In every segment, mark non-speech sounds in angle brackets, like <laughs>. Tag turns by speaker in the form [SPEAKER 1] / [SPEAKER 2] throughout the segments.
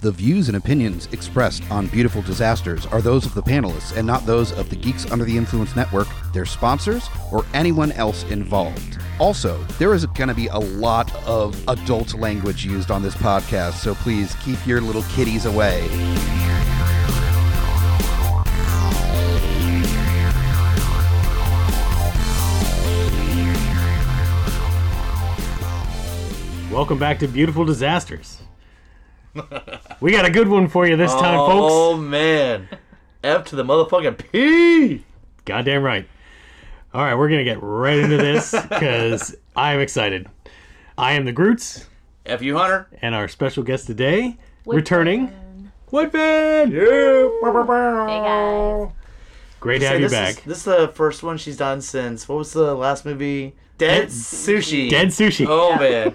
[SPEAKER 1] The views and opinions expressed on Beautiful Disasters are those of the panelists and not those of the Geeks Under the Influence Network, their sponsors, or anyone else involved. Also, there is going to be a lot of adult language used on this podcast, so please keep your little kitties away.
[SPEAKER 2] Welcome back to Beautiful Disasters. we got a good one for you this time, folks.
[SPEAKER 3] Oh man. F to the motherfucking P.
[SPEAKER 2] Goddamn right. All right, we're going to get right into this because <laughs> I am excited. I am the Groots,
[SPEAKER 3] F you, Hunter.
[SPEAKER 2] and our special guest today, returning, Woodman.
[SPEAKER 4] Hey
[SPEAKER 3] Oh.
[SPEAKER 4] guys.
[SPEAKER 2] Great to have you
[SPEAKER 3] this
[SPEAKER 2] back.
[SPEAKER 3] Is, this is the first one she's done since what was the last movie? Dead, Sushi.
[SPEAKER 2] Dead Sushi.
[SPEAKER 3] Oh man.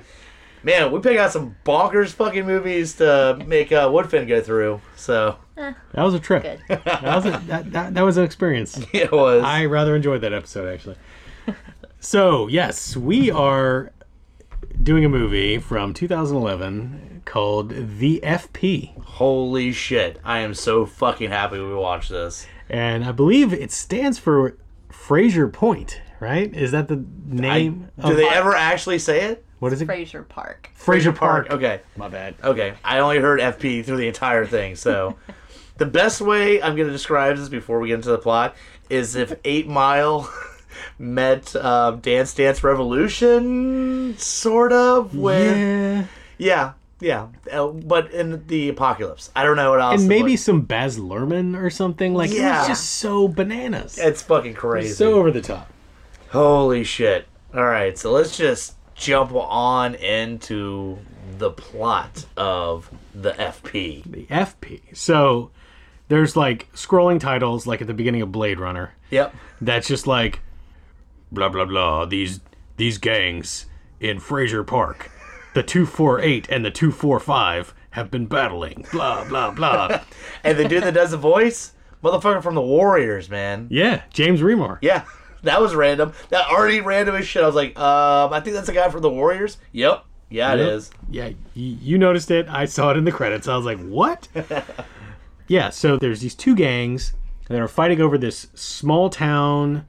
[SPEAKER 3] Man, we pick out some bonkers fucking movies to make uh, Woodfin go through. So <laughs>
[SPEAKER 2] That was a trip.
[SPEAKER 4] Good.
[SPEAKER 2] That, was a, that, that, that was an experience.
[SPEAKER 3] it was.
[SPEAKER 2] I rather enjoyed that episode actually. so yes, we are doing a movie from 2011 called The FP,
[SPEAKER 3] Holy shit! I am so fucking happy we watched this.
[SPEAKER 2] and I believe it stands for Fraser Point. Right? Is that the name?
[SPEAKER 3] Do they ever actually say it?
[SPEAKER 2] what is it?
[SPEAKER 4] Fraser Park.
[SPEAKER 2] Fraser Park.
[SPEAKER 3] Okay.
[SPEAKER 2] My bad.
[SPEAKER 3] Okay, I only heard FP through the entire
[SPEAKER 2] <laughs>
[SPEAKER 3] thing, so the best way I'm going to describe this before we get into the plot is if Eight Mile <laughs> met um, Dance Dance Revolution, sort of with
[SPEAKER 2] Yeah,
[SPEAKER 3] yeah, yeah, uh, but in the apocalypse. I don't know what else.
[SPEAKER 2] and
[SPEAKER 3] to
[SPEAKER 2] maybe
[SPEAKER 3] put-
[SPEAKER 2] some Baz Luhrmann or something like. Yeah,
[SPEAKER 3] Yeah.
[SPEAKER 2] it's just so bananas.
[SPEAKER 3] it's fucking crazy.
[SPEAKER 2] so over the top.
[SPEAKER 3] Holy shit! All right, so let's just jump on into the plot of the FP.
[SPEAKER 2] The FP. So there's like scrolling titles like at the beginning of Blade Runner.
[SPEAKER 3] Yep.
[SPEAKER 2] that's just like blah blah blah these these gangs in Fraser Park the 248 and the 245 have been battling blah blah
[SPEAKER 3] <laughs>
[SPEAKER 2] blah
[SPEAKER 3] And the dude that does the voice, motherfucker from the Warriors, man.
[SPEAKER 2] yeah James Remar
[SPEAKER 3] Yeah, that was random. That already random as shit. I was like, um, I think that's the guy from the Warriors. Yep. Yeah,
[SPEAKER 2] Yep.
[SPEAKER 3] it is.
[SPEAKER 2] yeah y- you noticed it I saw it in the credits I was like
[SPEAKER 3] <laughs>
[SPEAKER 2] what yeah so there's these two gangs that are fighting over this small town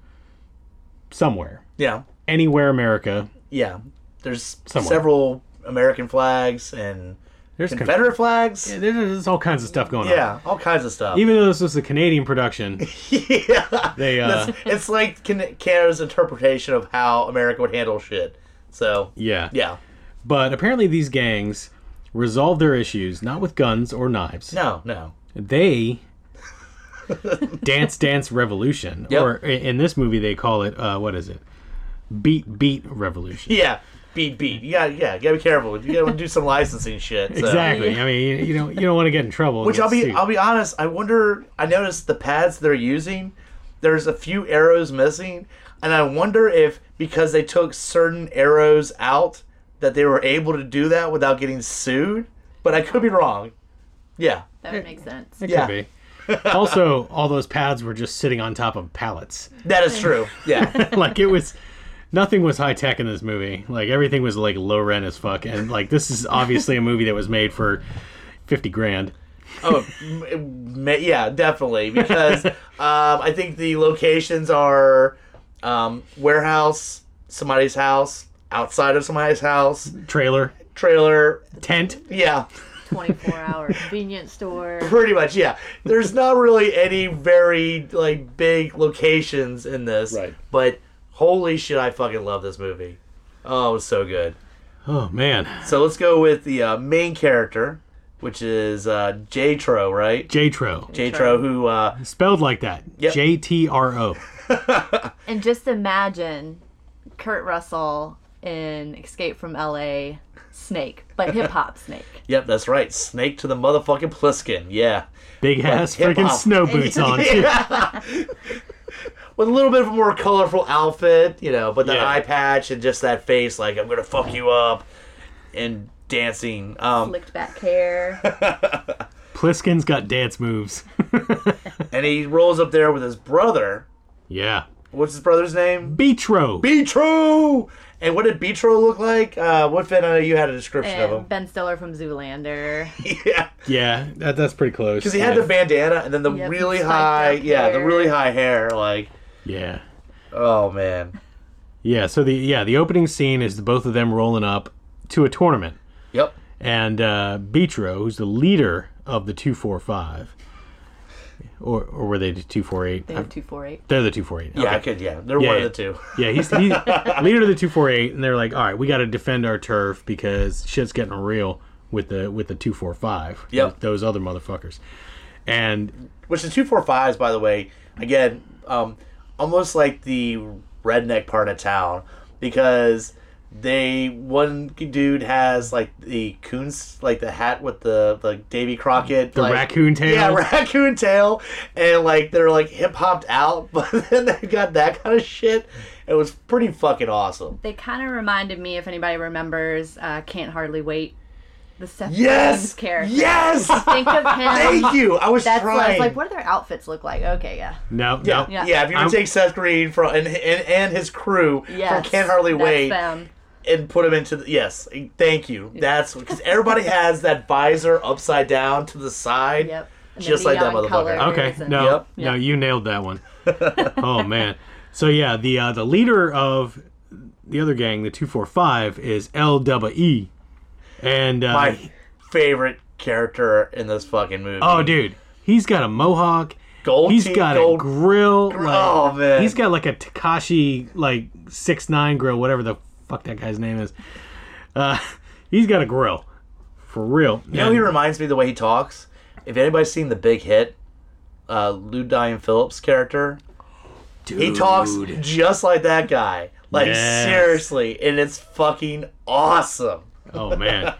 [SPEAKER 2] somewhere
[SPEAKER 3] Yeah,
[SPEAKER 2] anywhere America
[SPEAKER 3] yeah. There's
[SPEAKER 2] Somewhere.
[SPEAKER 3] several American flags and
[SPEAKER 2] there's con-
[SPEAKER 3] Confederate flags.
[SPEAKER 2] yeah,
[SPEAKER 3] Yeah.
[SPEAKER 2] there's, there's all kinds of stuff going on
[SPEAKER 3] all kinds of stuff.
[SPEAKER 2] even though this was a Canadian production
[SPEAKER 3] <laughs> yeah,
[SPEAKER 2] they uh
[SPEAKER 3] <laughs> That's- it's like Can- Canada's interpretation of how America would handle shit. So
[SPEAKER 2] yeah
[SPEAKER 3] yeah,
[SPEAKER 2] But apparently, these gangs resolve their issues not with guns or knives.
[SPEAKER 3] no, no,
[SPEAKER 2] They <laughs> dance, dance revolution,
[SPEAKER 3] Yep.
[SPEAKER 2] or i- in this movie they call it uh, what is it? Beat, beat revolution.
[SPEAKER 3] yeah, beat, beat. You got, yeah, you gotta be careful. You gotta do some licensing shit. <laughs> So.
[SPEAKER 2] Exactly. I mean, you, you don't you don't want to get in trouble. and
[SPEAKER 3] Which
[SPEAKER 2] get
[SPEAKER 3] I'll be
[SPEAKER 2] sued.
[SPEAKER 3] I'll be honest, I wonder I noticed the pads they're using, there's a few arrows missing, and I wonder if because they took certain arrows out that they were able to do that without getting sued. But I could be wrong. Yeah.
[SPEAKER 4] That would make sense.
[SPEAKER 3] <laughs>
[SPEAKER 2] It could
[SPEAKER 3] yeah.
[SPEAKER 2] be. also, all those pads were just sitting on top of pallets. <laughs>
[SPEAKER 3] That is true. Yeah.
[SPEAKER 2] like it was nothing was high tech in this movie like everything was like low rent as fuck and like this is obviously a movie that was made for 50 grand
[SPEAKER 3] oh, m- m- yeah, definitely because um, I think the locations are um, warehouse, somebody's house, outside of somebody's house,
[SPEAKER 2] trailer
[SPEAKER 3] trailer.
[SPEAKER 2] tent
[SPEAKER 3] Yeah.
[SPEAKER 4] 24 hour
[SPEAKER 3] <laughs>
[SPEAKER 4] convenience store.
[SPEAKER 3] Pretty much, yeah. There's not really any very like big locations in this,
[SPEAKER 2] Right.
[SPEAKER 3] But holy shit, I fucking love this movie. Oh, it was so good.
[SPEAKER 2] oh man
[SPEAKER 3] So let's go with the uh, main character, which is uh, J Tro, right?
[SPEAKER 2] jtro
[SPEAKER 3] J Tro, who uh,
[SPEAKER 2] spelled like that
[SPEAKER 3] Yep.
[SPEAKER 2] j-t-r-o
[SPEAKER 4] And just imagine Kurt Russell in Escape from LA Snake, but hip
[SPEAKER 3] <laughs>
[SPEAKER 4] hop Snake.
[SPEAKER 3] yep, that's right, Snake to the motherfucking Pliskin, yeah,
[SPEAKER 2] big ass
[SPEAKER 3] hip
[SPEAKER 2] freaking
[SPEAKER 3] hop. <laughs>
[SPEAKER 2] snow boots on too. <laughs>
[SPEAKER 3] with a little bit of a more colorful outfit, you know, but that
[SPEAKER 2] Yeah.
[SPEAKER 3] eye patch and just that face, like I'm gonna fuck you up, and dancing. Um,
[SPEAKER 4] Licked back
[SPEAKER 3] <laughs>
[SPEAKER 4] hair.
[SPEAKER 2] pliskin's got dance moves
[SPEAKER 3] and he rolls up there with his brother,
[SPEAKER 2] <laughs> yeah
[SPEAKER 3] What's his brother's name?
[SPEAKER 2] Beatro.
[SPEAKER 3] Beatro. And what did Beatro look like? Uh, what Finn? I know you had a description of
[SPEAKER 4] And
[SPEAKER 3] him.
[SPEAKER 4] Ben Stiller from Zoolander.
[SPEAKER 3] <laughs> yeah,
[SPEAKER 5] Yeah, that, that's pretty close.
[SPEAKER 3] because he had the bandana and then the
[SPEAKER 4] Yep,
[SPEAKER 3] really
[SPEAKER 4] spiked
[SPEAKER 3] high,
[SPEAKER 4] up
[SPEAKER 3] yeah, the
[SPEAKER 4] hair.
[SPEAKER 3] really high hair. Like,
[SPEAKER 2] yeah.
[SPEAKER 3] oh man.
[SPEAKER 2] Yeah, so the yeah, the opening scene is the both of them rolling up to a tournament.
[SPEAKER 3] Yep.
[SPEAKER 2] and uh, Beatro, who's the leader of the 245, or or were they the 248?
[SPEAKER 4] They were two four eight.
[SPEAKER 2] They're the 248.
[SPEAKER 3] Yeah, I
[SPEAKER 2] okay.
[SPEAKER 3] could. Yeah, they're
[SPEAKER 2] Yeah,
[SPEAKER 3] one
[SPEAKER 2] yeah.
[SPEAKER 3] of the two.
[SPEAKER 2] yeah, he's, he's leader of the 248, and they're like, all right, we got to defend our turf because shit's getting real with the with the 245. those-
[SPEAKER 3] Yep.
[SPEAKER 2] those other motherfuckers, and
[SPEAKER 3] Which the two four fives, by the way, again, um, almost like the redneck part of town because they one dude has like the coons like the hat with the the Davy Crockett
[SPEAKER 2] the
[SPEAKER 3] like-
[SPEAKER 2] raccoon tail.
[SPEAKER 3] Yeah, <laughs> raccoon tail, and like they're like hip hopped out, <laughs> but then they got that kind of shit. It was pretty fucking awesome.
[SPEAKER 4] They kind of reminded me, if anybody remembers, uh, Can't Hardly Wait, the Seth
[SPEAKER 3] Yes,
[SPEAKER 4] Rogen's character. <laughs>
[SPEAKER 3] yes. <laughs>
[SPEAKER 4] Think of him.
[SPEAKER 3] Thank you. I was
[SPEAKER 4] That's
[SPEAKER 3] trying.
[SPEAKER 4] what I was like, what do their outfits look like? Okay, yeah.
[SPEAKER 2] no,
[SPEAKER 3] Yeah,
[SPEAKER 2] no.
[SPEAKER 4] Yeah.
[SPEAKER 3] yeah. if you were to
[SPEAKER 2] I'm-
[SPEAKER 3] take Seth Green from and and, and his crew
[SPEAKER 4] Yes,
[SPEAKER 3] from Can't Hardly
[SPEAKER 4] that's
[SPEAKER 3] Wait
[SPEAKER 4] them.
[SPEAKER 3] and put him into the yes, thank you. That's because everybody has that visor upside down to the side.
[SPEAKER 4] Yep. And the
[SPEAKER 3] Just like that
[SPEAKER 4] neon
[SPEAKER 3] motherfucker.
[SPEAKER 4] colors
[SPEAKER 2] Okay,
[SPEAKER 4] and-
[SPEAKER 2] no,
[SPEAKER 3] Yep.
[SPEAKER 2] no, you nailed that one. oh man. So yeah, the uh, the leader of the other gang, the two four five, is LWE, and uh,
[SPEAKER 3] My favorite character in this fucking movie.
[SPEAKER 2] oh dude, he's got a mohawk.
[SPEAKER 3] gold.
[SPEAKER 2] He's
[SPEAKER 3] teeth,
[SPEAKER 2] got
[SPEAKER 3] gold.
[SPEAKER 2] a grill. Like,
[SPEAKER 3] oh, man.
[SPEAKER 2] He's got like a Takashi like six nine grill, whatever the fuck that guy's name is. Uh, <laughs> he's got a grill, for real.
[SPEAKER 3] You know, who he reminds me of the way he talks. If anybody's seen the Big Hit, uh, Lou Diamond Phillips character, he talks just like that guy. Like
[SPEAKER 2] Yes.
[SPEAKER 3] seriously, and it's fucking awesome.
[SPEAKER 2] Oh man.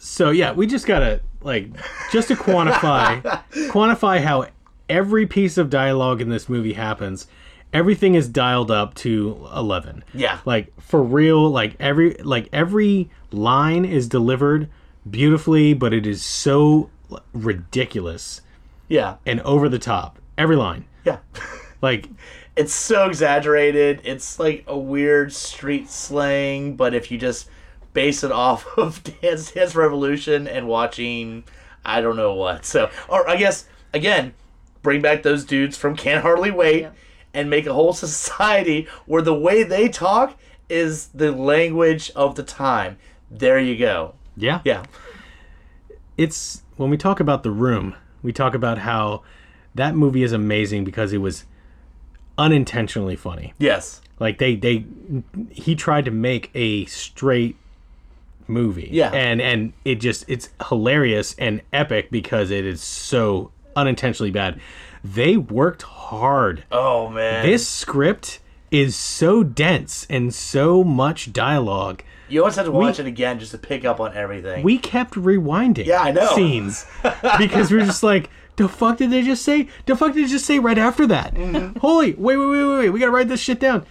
[SPEAKER 2] So yeah, we just gotta like just to quantify quantify how every piece of dialogue in this movie happens. Everything is dialed up to eleven.
[SPEAKER 3] Yeah.
[SPEAKER 2] Like for real, like every like every line is delivered beautifully, but it is so ridiculous
[SPEAKER 3] Yeah,
[SPEAKER 2] and over the top. Every line.
[SPEAKER 3] yeah. <laughs>
[SPEAKER 2] Like
[SPEAKER 3] It's so exaggerated. It's like a weird street slang, but if you just base it off <laughs> of Dance Dance Revolution and watching, I don't know what. So, or I guess again, bring back those dudes from Can't Hardly Wait,
[SPEAKER 4] Yeah.
[SPEAKER 3] and make a whole <laughs> society where the way they talk is the language of the time. There you go.
[SPEAKER 2] yeah.
[SPEAKER 3] Yeah.
[SPEAKER 2] it's when we talk about the room we talk about how that movie is amazing because it was unintentionally funny
[SPEAKER 3] Yes.
[SPEAKER 2] like they they he tried to make a straight movie
[SPEAKER 3] Yeah.
[SPEAKER 2] and and it just it's hilarious and epic because it is so unintentionally bad they worked hard
[SPEAKER 3] Oh man.
[SPEAKER 2] this script is so dense and so much dialogue
[SPEAKER 3] you always have to watch it again just to pick up on everything.
[SPEAKER 2] we kept rewinding
[SPEAKER 3] Yeah, I know. <laughs>
[SPEAKER 2] scenes because we were just like the fuck did they just say the fuck did they just say right after that
[SPEAKER 3] Mm-hmm.
[SPEAKER 2] holy wait wait wait wait wait we gotta write this shit down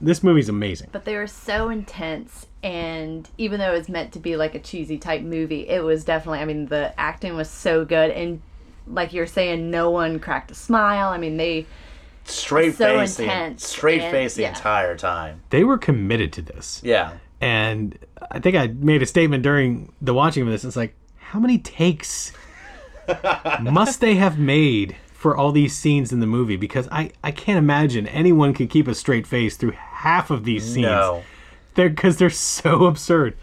[SPEAKER 2] this movie's amazing
[SPEAKER 4] But they were so intense, and even though it was meant to be like a cheesy type movie, it was definitely, I mean, the acting was so good. And like you're saying, no one cracked a smile. I mean, they.
[SPEAKER 3] straight
[SPEAKER 4] so
[SPEAKER 3] face the,
[SPEAKER 4] intense
[SPEAKER 3] straight
[SPEAKER 4] and-
[SPEAKER 3] face the
[SPEAKER 4] yeah.
[SPEAKER 3] entire time.
[SPEAKER 2] they were committed to this
[SPEAKER 3] Yeah.
[SPEAKER 2] and i think i made a statement during the watching of this it's like how many
[SPEAKER 3] <laughs>
[SPEAKER 2] takes must they have made for all these scenes in the movie because i i can't imagine anyone could keep a straight face through half of these scenes
[SPEAKER 3] No.
[SPEAKER 2] they're because they're so absurd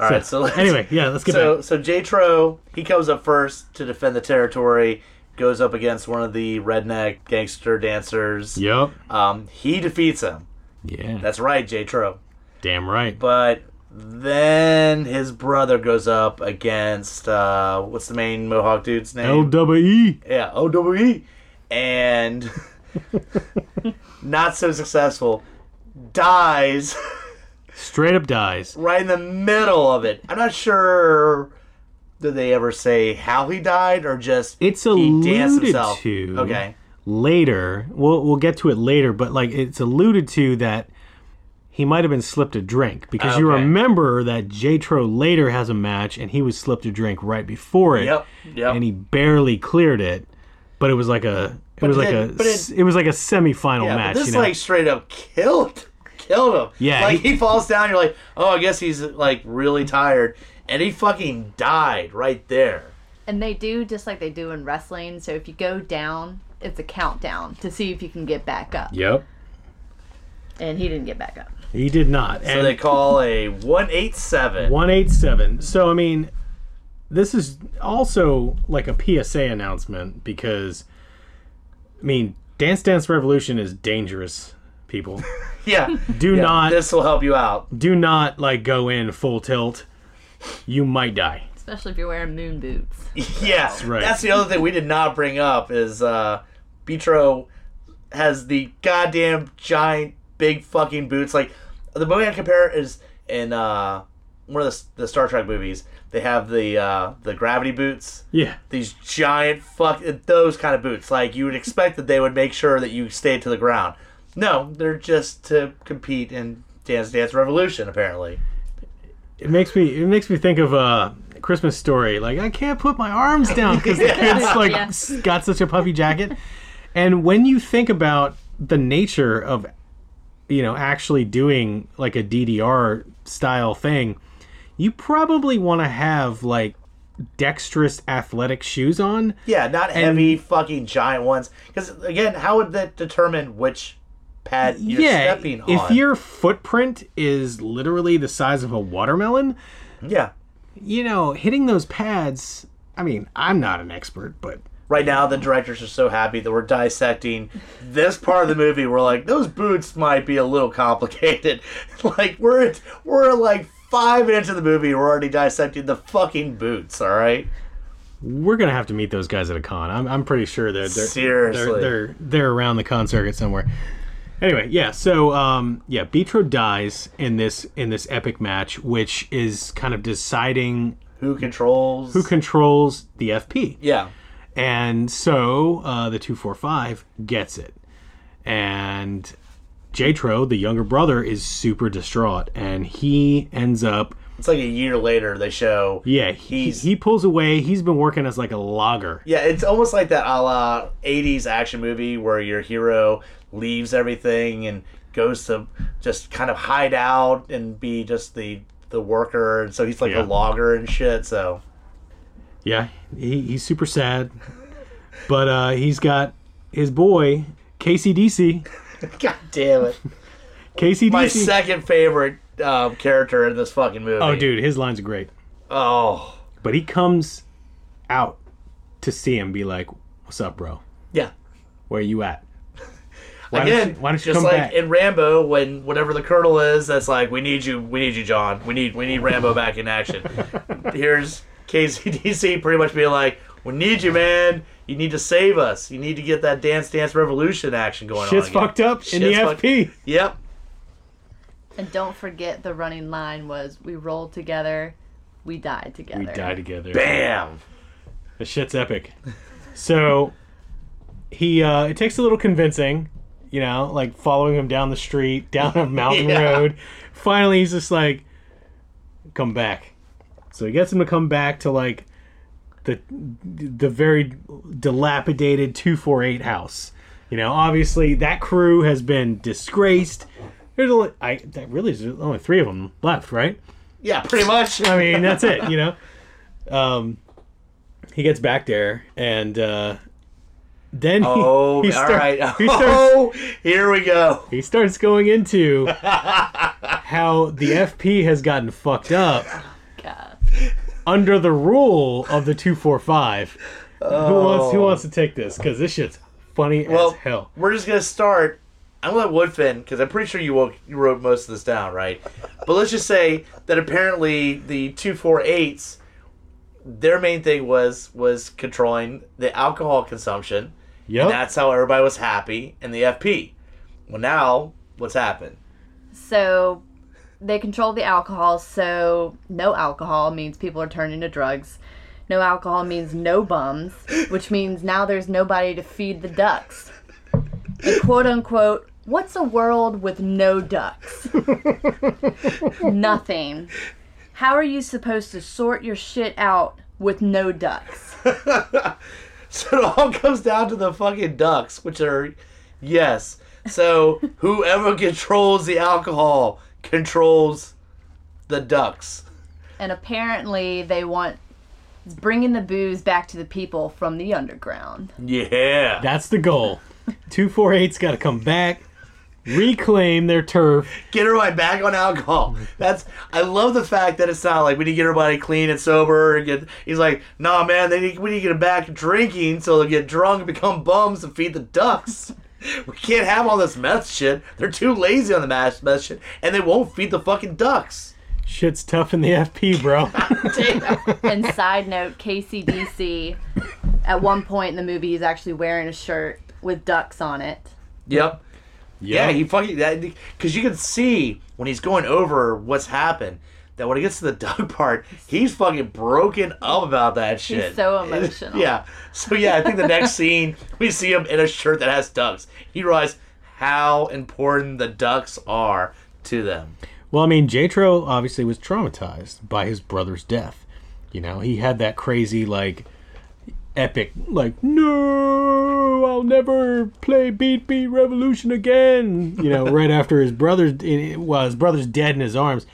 [SPEAKER 3] All right. So let's,
[SPEAKER 2] anyway, yeah, let's get
[SPEAKER 3] so
[SPEAKER 2] back.
[SPEAKER 3] so J Tro he comes up first to defend the territory, goes up against one of the redneck gangster dancers.
[SPEAKER 2] Yep.
[SPEAKER 3] Um, he defeats him.
[SPEAKER 2] Yeah.
[SPEAKER 3] That's right, J Tro.
[SPEAKER 2] damn right.
[SPEAKER 3] But then his brother goes up against uh, what's the main Mohawk dude's name?
[SPEAKER 2] LWE.
[SPEAKER 3] Yeah, OWE. And <laughs> not so successful. Dies <laughs>
[SPEAKER 2] Straight up dies.
[SPEAKER 3] right in the middle of it. I'm not sure did they ever say how he died or just
[SPEAKER 2] It's
[SPEAKER 3] he danced
[SPEAKER 2] alluded
[SPEAKER 3] himself.
[SPEAKER 2] to.
[SPEAKER 3] Okay.
[SPEAKER 2] Later, we'll we'll get to it later, but like it's alluded to that he might have been slipped a drink because you
[SPEAKER 3] Okay.
[SPEAKER 2] remember that Jatro later has a match and he was slipped a drink right before it.
[SPEAKER 3] Yep. Yep.
[SPEAKER 2] And he barely cleared it, but it was like a It was like
[SPEAKER 3] it-
[SPEAKER 2] a
[SPEAKER 3] but it-
[SPEAKER 2] it, was like a semi-final
[SPEAKER 3] Yeah,
[SPEAKER 2] match.
[SPEAKER 3] but this
[SPEAKER 2] Oh, you know?
[SPEAKER 3] like straight up killed killed him.
[SPEAKER 2] Yeah,
[SPEAKER 3] like
[SPEAKER 2] he-
[SPEAKER 3] he, falls down. You're like, oh, I guess he's like really tired, and he fucking died right there.
[SPEAKER 4] And they do just like they do in wrestling. So if you go down, it's a countdown to see if you can get back up.
[SPEAKER 5] Yep.
[SPEAKER 4] And he didn't get back up.
[SPEAKER 2] he did not.
[SPEAKER 3] So
[SPEAKER 2] And
[SPEAKER 3] they call a one eight seven.
[SPEAKER 2] 187. So I mean, this is also like a PSA announcement because I mean, Dance Dance Revolution is dangerous, people.
[SPEAKER 3] Yeah,
[SPEAKER 2] Do
[SPEAKER 3] Yeah,
[SPEAKER 2] not
[SPEAKER 3] This will help you out.
[SPEAKER 2] do not like go in full tilt. You might die.
[SPEAKER 4] Especially if you're wearing moon boots.
[SPEAKER 3] Yeah,
[SPEAKER 2] right.
[SPEAKER 3] that's the other thing we did not bring up is uh Petro has the goddamn giant big fucking boots. Like the movie I compare it is in uh one of the, S- the Star Trek movies. They have the uh the gravity boots.
[SPEAKER 2] Yeah.
[SPEAKER 3] These giant fuck uh, those kind of boots. Like you would expect that they would make sure that you stayed to the ground. No, they're just to compete in Dance Dance Revolution apparently.
[SPEAKER 2] It makes me it makes me think of uh Christmas story. Like I can't put my arms down because the kid's like
[SPEAKER 4] Yeah.
[SPEAKER 2] s- got such a puffy jacket. And when you think about the nature of, you know, actually doing like a DDR style thing, you probably want to have like dexterous athletic shoes on.
[SPEAKER 3] Yeah, not heavy fucking giant ones. Because again, how would that determine which pad you're
[SPEAKER 2] yeah,
[SPEAKER 3] stepping on?
[SPEAKER 2] if your footprint is literally the size of a watermelon,
[SPEAKER 3] yeah,
[SPEAKER 2] you know, hitting those pads. I mean, I'm not an expert, but
[SPEAKER 3] right now the directors are so happy that we're dissecting this part of the movie. We're like, those boots might be a little complicated. <laughs> like we're at, we're like five minutes of the movie, we're already dissecting the fucking boots. All right,
[SPEAKER 2] We're gonna have to meet those guys at a con. I'm, I'm pretty sure they're they're,
[SPEAKER 3] Seriously.
[SPEAKER 2] they're they're they're around the con circuit somewhere. Anyway, yeah. So um, yeah, Beatro dies in this in this epic match, which is kind of deciding
[SPEAKER 3] who controls?
[SPEAKER 2] who controls the FP.
[SPEAKER 3] yeah,
[SPEAKER 2] And so uh, the 245 gets it. And Jatro, the younger brother, is super distraught. And he ends up,
[SPEAKER 3] it's like a year later they show.
[SPEAKER 2] yeah, he,
[SPEAKER 3] He's-
[SPEAKER 2] he pulls away. He's been working as like a logger.
[SPEAKER 3] Yeah, it's almost like that a la 80s action movie where your hero leaves everything and goes to just kind of hide out and be just the the worker. And so he's like
[SPEAKER 2] Yeah.
[SPEAKER 3] a logger and shit. So,
[SPEAKER 2] Yeah, he, he's super sad. but uh, he's got his boy, KCDC.
[SPEAKER 3] <laughs> God damn it.
[SPEAKER 2] KCDC. <laughs>
[SPEAKER 3] My second favorite um, character in this fucking movie.
[SPEAKER 2] oh, dude, his lines are great.
[SPEAKER 3] Oh.
[SPEAKER 2] But he comes out to see him, be like, What's up, bro?
[SPEAKER 3] Yeah.
[SPEAKER 2] Where you at? Why
[SPEAKER 3] Again,
[SPEAKER 2] don't you, why don't you
[SPEAKER 3] just
[SPEAKER 2] come
[SPEAKER 3] like
[SPEAKER 2] back?
[SPEAKER 3] in Rambo, when whatever the colonel is, that's like, we need you, we need you, John. We need, we need Rambo back
[SPEAKER 2] <laughs>
[SPEAKER 3] in action. Here's KCDC pretty much being like, we need you, man. You need to save us. You need to get that Dance Dance Revolution action going
[SPEAKER 2] Shit's
[SPEAKER 3] on. again."
[SPEAKER 2] fucked up in the
[SPEAKER 3] Shit's fucked-
[SPEAKER 2] FP.
[SPEAKER 3] Yep.
[SPEAKER 4] And don't forget the running line was we rolled together, we died together.
[SPEAKER 2] We die together.
[SPEAKER 3] Bam.
[SPEAKER 2] The shit's epic. So he uh it takes a little convincing, you know, like following him down the street, down a mountain
[SPEAKER 3] Yeah.
[SPEAKER 2] road. Finally he's just like come back. So he gets him to come back to like the the very dilapidated 248 house. You know, obviously that crew has been disgraced. There's only I that really is only 3 of them left, right?
[SPEAKER 3] Yeah, pretty much.
[SPEAKER 2] I mean, that's it, you know. Um, he gets back there, and uh, then he,
[SPEAKER 3] Oh,
[SPEAKER 2] he,
[SPEAKER 3] all
[SPEAKER 2] start-
[SPEAKER 3] right.
[SPEAKER 2] he starts
[SPEAKER 3] <laughs> Oh, here we go.
[SPEAKER 2] he starts going into how the FP has gotten fucked up
[SPEAKER 4] God.
[SPEAKER 2] under the rule of the two four five. Who wants who wants to take this? Because this shit's funny
[SPEAKER 3] Well,
[SPEAKER 2] as hell.
[SPEAKER 3] we're just gonna start. I'm gonna let Woodfin because I'm pretty sure you woke, you wrote most of this down, right? But let's just say that apparently the two four eights, their main thing was was controlling the alcohol consumption.
[SPEAKER 2] Yep.
[SPEAKER 3] That's how everybody was happy in the FP. Well, now what's happened? <laughs>
[SPEAKER 4] So they control the alcohol, so no alcohol means people are turning to drugs. No alcohol means no bums, which means now there's nobody to feed the ducks. And quote unquote, what's a world with no ducks? Nothing. How are you supposed to sort your shit out with no ducks?
[SPEAKER 3] So it all comes down to the fucking ducks, which are yes. So whoever controls the alcohol controls the ducks.
[SPEAKER 4] and apparently they want it's bringing the booze back to the people from the underground.
[SPEAKER 3] Yeah.
[SPEAKER 2] That's the goal. 248's got to come back, reclaim their turf.
[SPEAKER 3] Get everybody back on alcohol. <laughs> That's I love the fact that it's not like we need to get everybody clean and sober and get he's like, nah man, they need we need to get them back drinking so they'll get drunk and become bums and feed the ducks. <laughs> We can't have all this meth shit. They're too lazy on the meth meth shit, and they won't feed the fucking ducks.
[SPEAKER 2] Shit's tough in the FP, bro.
[SPEAKER 4] <laughs> and side note, KCDC, at one point in the movie, he's actually wearing a shirt with ducks on it.
[SPEAKER 3] Yep. Yeah, he fucking that because you can see when he's going over what's happened that when it gets to the <laughs> dog part, he's fucking broken up about that shit.
[SPEAKER 4] so
[SPEAKER 3] <laughs>
[SPEAKER 4] emotional.
[SPEAKER 3] yeah. So yeah, I think the next scene we see him in a shirt that has ducks. He realizes how important the ducks are to them.
[SPEAKER 2] Well, I mean, Jatro obviously was traumatized by his brother's death. You know, he had that crazy, like, epic, like, no, I'll never play Beat Beat Revolution again. You know, right after his brother's, well, his brother's dead in his arms.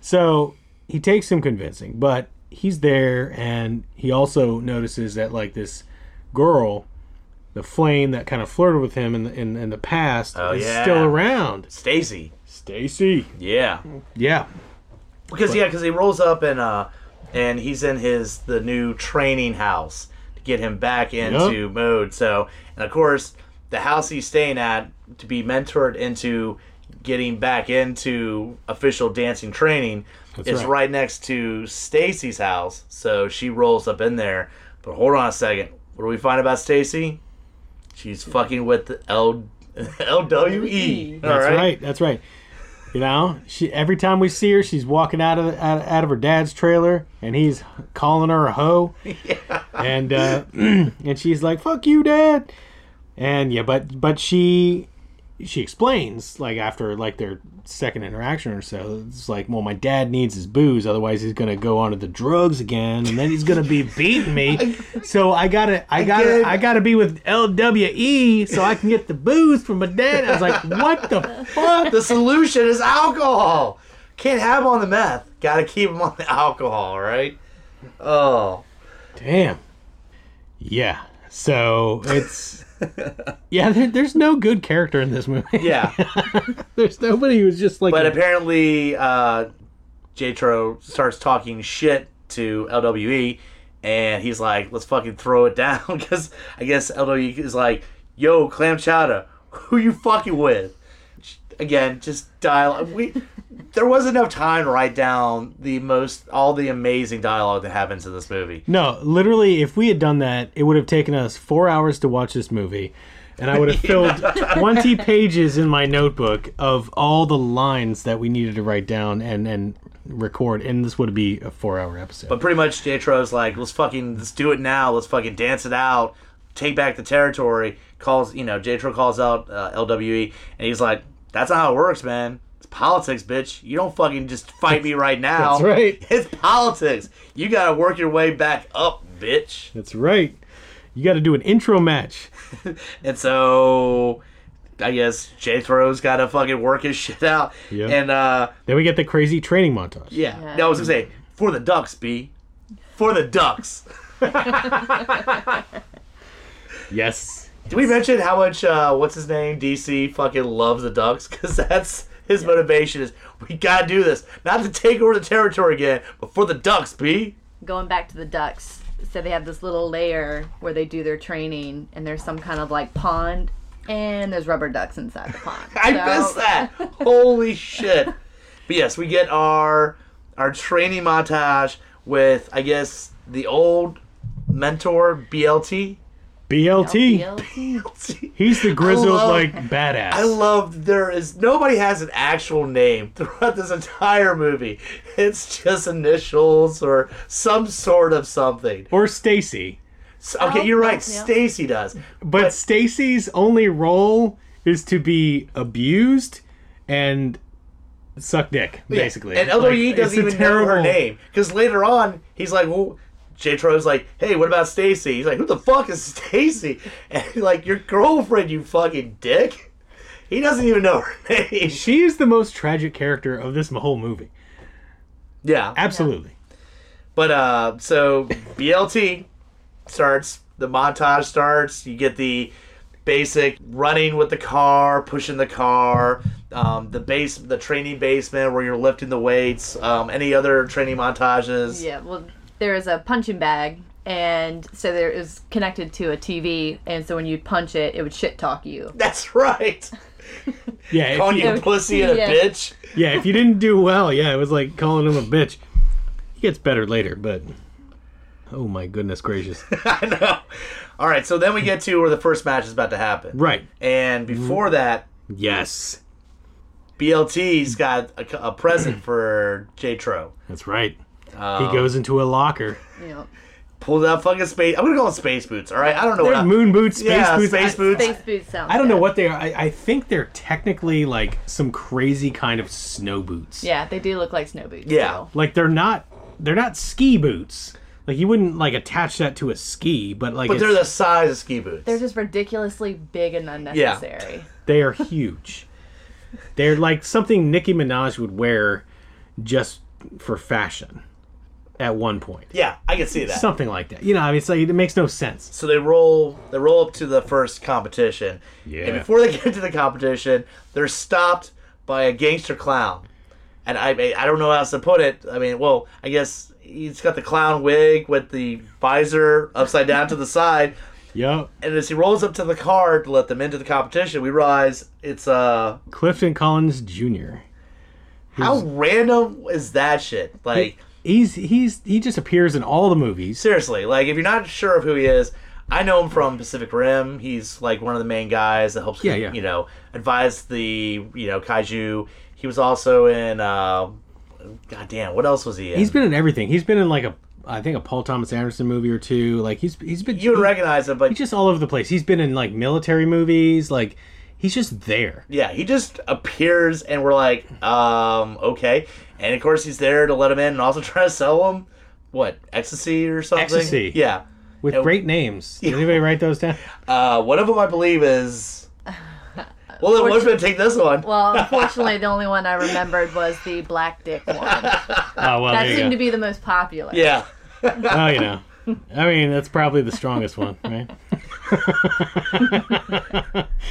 [SPEAKER 2] So he takes him convincing, but he's there, and he also notices that, like, this girl, the flame that kind of flirted with him in the, in, in the past, is
[SPEAKER 3] yeah.
[SPEAKER 2] still around.
[SPEAKER 3] Stacy.
[SPEAKER 2] Stacy.
[SPEAKER 3] Yeah.
[SPEAKER 2] Yeah.
[SPEAKER 3] Because yeah, because he rolls up and uh, and he's in his the new training house to get him back into mode. So and of course the house he's staying at to be mentored into getting back into official dancing training is
[SPEAKER 2] right.
[SPEAKER 3] right. next to Stacy's house. So she rolls up in there. But hold on a second. What do we find about Stacy? She's fucking with the L <laughs> LWE. All
[SPEAKER 2] That's
[SPEAKER 3] right.
[SPEAKER 2] right. That's right. You know, she every time we see her, she's walking out of out, out of her dad's trailer, and he's calling her a
[SPEAKER 3] <laughs>
[SPEAKER 2] hoe, and uh, <clears throat> and she's like, "Fuck you, dad," and yeah, but but she she explains like after like their second interaction or so, it's like, well, my dad needs his booze, otherwise he's gonna go onto the drugs again, and then he's gonna be beating
[SPEAKER 3] <laughs>
[SPEAKER 2] me. so I gotta, I gotta,
[SPEAKER 3] Again.
[SPEAKER 2] I gotta be with LWE so I can get the booze from my dad. I was like, what the fuck?
[SPEAKER 3] The solution is alcohol. Can't have 'em on the meth. Got to keep 'em on the alcohol, right? Oh,
[SPEAKER 2] Damn. Yeah. So it's yeah. There, there's no good character in this movie.
[SPEAKER 3] yeah.
[SPEAKER 2] <laughs> there's nobody who's just like.
[SPEAKER 3] but apparently, uh, Jatro starts talking shit to LWE, and he's like, "Let's fucking throw it down," <laughs> because I guess LWE is like, "Yo, clam chowder, who you fucking with?" Again, just dialogue. We there was enough time to write down the most all the amazing dialogue that happens in this movie.
[SPEAKER 2] no, literally, if we had done that, it would have taken us four hours to watch this movie, and I would
[SPEAKER 3] <laughs>
[SPEAKER 2] have filled twenty pages in my notebook of all the lines that we needed to write down and and record, and this would be a four-hour episode.
[SPEAKER 3] But pretty much Jatro's like, let's fucking let's do it now. Let's fucking dance it out. Take back the territory. Calls you know Jatro calls out uh, LWE and he's like, that's not how it works, man. It's politics, bitch. You don't fucking just fight me
[SPEAKER 2] <laughs>
[SPEAKER 3] right now.
[SPEAKER 2] That's right.
[SPEAKER 3] <laughs> It's politics. You gotta work your way back up, bitch.
[SPEAKER 2] That's right. You got to do an intro match.
[SPEAKER 3] And so I guess Jatro's gotta fucking work his <laughs> shit out.
[SPEAKER 2] Yeah.
[SPEAKER 3] And uh
[SPEAKER 2] Then we get the crazy training montage.
[SPEAKER 3] yeah.
[SPEAKER 4] Yeah.
[SPEAKER 3] No, I was gonna say, for the ducks, B. For the ducks.
[SPEAKER 2] Yes.
[SPEAKER 3] Did we mention how much uh, what's his name DC fucking loves the Ducks? <laughs> Because that's his motivation is we gotta do this, not to take over the territory again, but for the Ducks, B.
[SPEAKER 4] Going back to the ducks, so they have this little lair where they do their training, and there's some kind of like pond, and there's rubber ducks inside the pond.
[SPEAKER 3] <laughs> I
[SPEAKER 4] So-
[SPEAKER 3] missed that. Holy shit! But yes, we get our our training montage with I guess the old mentor BLT.
[SPEAKER 2] BLT.
[SPEAKER 4] LPLT.
[SPEAKER 2] He's the grizzled
[SPEAKER 3] love-
[SPEAKER 2] like badass.
[SPEAKER 3] <laughs> I love there is nobody has an actual name throughout this entire movie. It's just initials or some sort of something.
[SPEAKER 2] or Stacy.
[SPEAKER 3] S- Okay,
[SPEAKER 4] Oh,
[SPEAKER 3] you're right.
[SPEAKER 4] yeah.
[SPEAKER 3] Stacy does.
[SPEAKER 2] But, Stacy's only role is to be abused and suck dick, basically.
[SPEAKER 3] And
[SPEAKER 2] Like,
[SPEAKER 3] LWE
[SPEAKER 2] it's
[SPEAKER 3] doesn't
[SPEAKER 2] a
[SPEAKER 3] even know her
[SPEAKER 2] terrible-
[SPEAKER 3] name because later on he's like, "Well, J. Tro's like, hey, what about Stacy? He's like, who the fuck is Stacy? <laughs> And like, your girlfriend, you fucking dick. He doesn't even know her <laughs> name.
[SPEAKER 2] She is the most tragic character of this whole movie.
[SPEAKER 3] yeah.
[SPEAKER 2] Absolutely.
[SPEAKER 3] But uh, so BLT starts. The montage starts. You get the basic running with the car, pushing the car, um, the base, the training basement where you're lifting the weights. Um, any other training montages?
[SPEAKER 4] Yeah, well, there is a punching bag, and so there is connected to a TV, and so when you punch it, it would shit talk you.
[SPEAKER 3] That's
[SPEAKER 4] <laughs>
[SPEAKER 3] right.
[SPEAKER 2] Yeah. if
[SPEAKER 3] Calling
[SPEAKER 2] you-
[SPEAKER 3] you a pussy and a
[SPEAKER 4] Yeah.
[SPEAKER 3] bitch. <laughs>
[SPEAKER 2] yeah. If you didn't do well, yeah, it was like calling him a bitch. He gets better later, but oh my goodness
[SPEAKER 3] <laughs>
[SPEAKER 2] gracious!
[SPEAKER 3] I know. All right, so then we get to where the first match is about to happen.
[SPEAKER 2] Right.
[SPEAKER 3] And before that,
[SPEAKER 2] Yes.
[SPEAKER 3] BLT's got a, a present for J Tro.
[SPEAKER 2] That's right.
[SPEAKER 3] Oh.
[SPEAKER 2] he goes into a locker.
[SPEAKER 4] You know,
[SPEAKER 3] Pulls out fucking space. I'm gonna call them space boots. All right, I don't know what. I-
[SPEAKER 2] moon boots, space
[SPEAKER 3] yeah,
[SPEAKER 2] boots.
[SPEAKER 3] space
[SPEAKER 2] I,
[SPEAKER 3] boots.
[SPEAKER 4] space boots sound.
[SPEAKER 2] I don't know
[SPEAKER 4] good.
[SPEAKER 2] what they are. I, I think they're technically like some crazy kind of snow boots.
[SPEAKER 4] Yeah, they do look like snow boots.
[SPEAKER 3] Yeah.
[SPEAKER 4] though.
[SPEAKER 2] Like they're not they're not ski boots. Like you wouldn't like attach that to a ski, but like
[SPEAKER 3] But they're
[SPEAKER 2] it's-
[SPEAKER 3] the size of ski boots.
[SPEAKER 4] They're just ridiculously big
[SPEAKER 3] <laughs>
[SPEAKER 4] and unnecessary.
[SPEAKER 2] they are huge. they're like something Nicki Minaj would wear just for fashion at one point.
[SPEAKER 3] yeah, I can see that.
[SPEAKER 2] Something like that. You know, I mean it's like it makes no sense.
[SPEAKER 3] so they roll. They roll up to the first competition.
[SPEAKER 2] Yeah.
[SPEAKER 3] And before they <laughs> get to the competition, they're stopped by a gangster clown. And I, I don't know how else to put it. I mean, well, I guess he's got the clown wig with the visor upside down to the side.
[SPEAKER 2] Yep.
[SPEAKER 3] And as he rolls up to the car to let them into the competition, we realize it's uh
[SPEAKER 2] Clifton Collins Jr.
[SPEAKER 3] how random is that shit? Like
[SPEAKER 2] He's he's he just appears in all the movies.
[SPEAKER 3] seriously, like if you're not sure of who he is, I know him from Pacific Rim. He's like one of the main guys that helps
[SPEAKER 2] Yeah, yeah.
[SPEAKER 3] you know advise the you know kaiju. He was also in uh, God damn, what else was he in?
[SPEAKER 2] He's been in everything. He's been in like a I think a Paul Thomas Anderson movie or two. Like he's he's been
[SPEAKER 3] you would recognize him, but
[SPEAKER 2] he's just all over the place. He's been in like military movies. Like he's just there.
[SPEAKER 3] yeah, he just appears and we're like, um, okay. And of course he's there to let him in and also <laughs> try to sell him what ecstasy or something.
[SPEAKER 2] Ecstasy.
[SPEAKER 3] Yeah.
[SPEAKER 2] with
[SPEAKER 3] Yeah.
[SPEAKER 2] great names. Did anybody write those down?
[SPEAKER 3] Uh, one of them, I believe, is. Well, then one's going to take this one.
[SPEAKER 4] Well, unfortunately, the only one I remembered was the black dick one. That
[SPEAKER 2] Oh well, there you
[SPEAKER 4] seemed
[SPEAKER 2] go.
[SPEAKER 4] to be the most popular.
[SPEAKER 3] Yeah.
[SPEAKER 2] Oh, you know. I mean, that's probably the strongest one, right?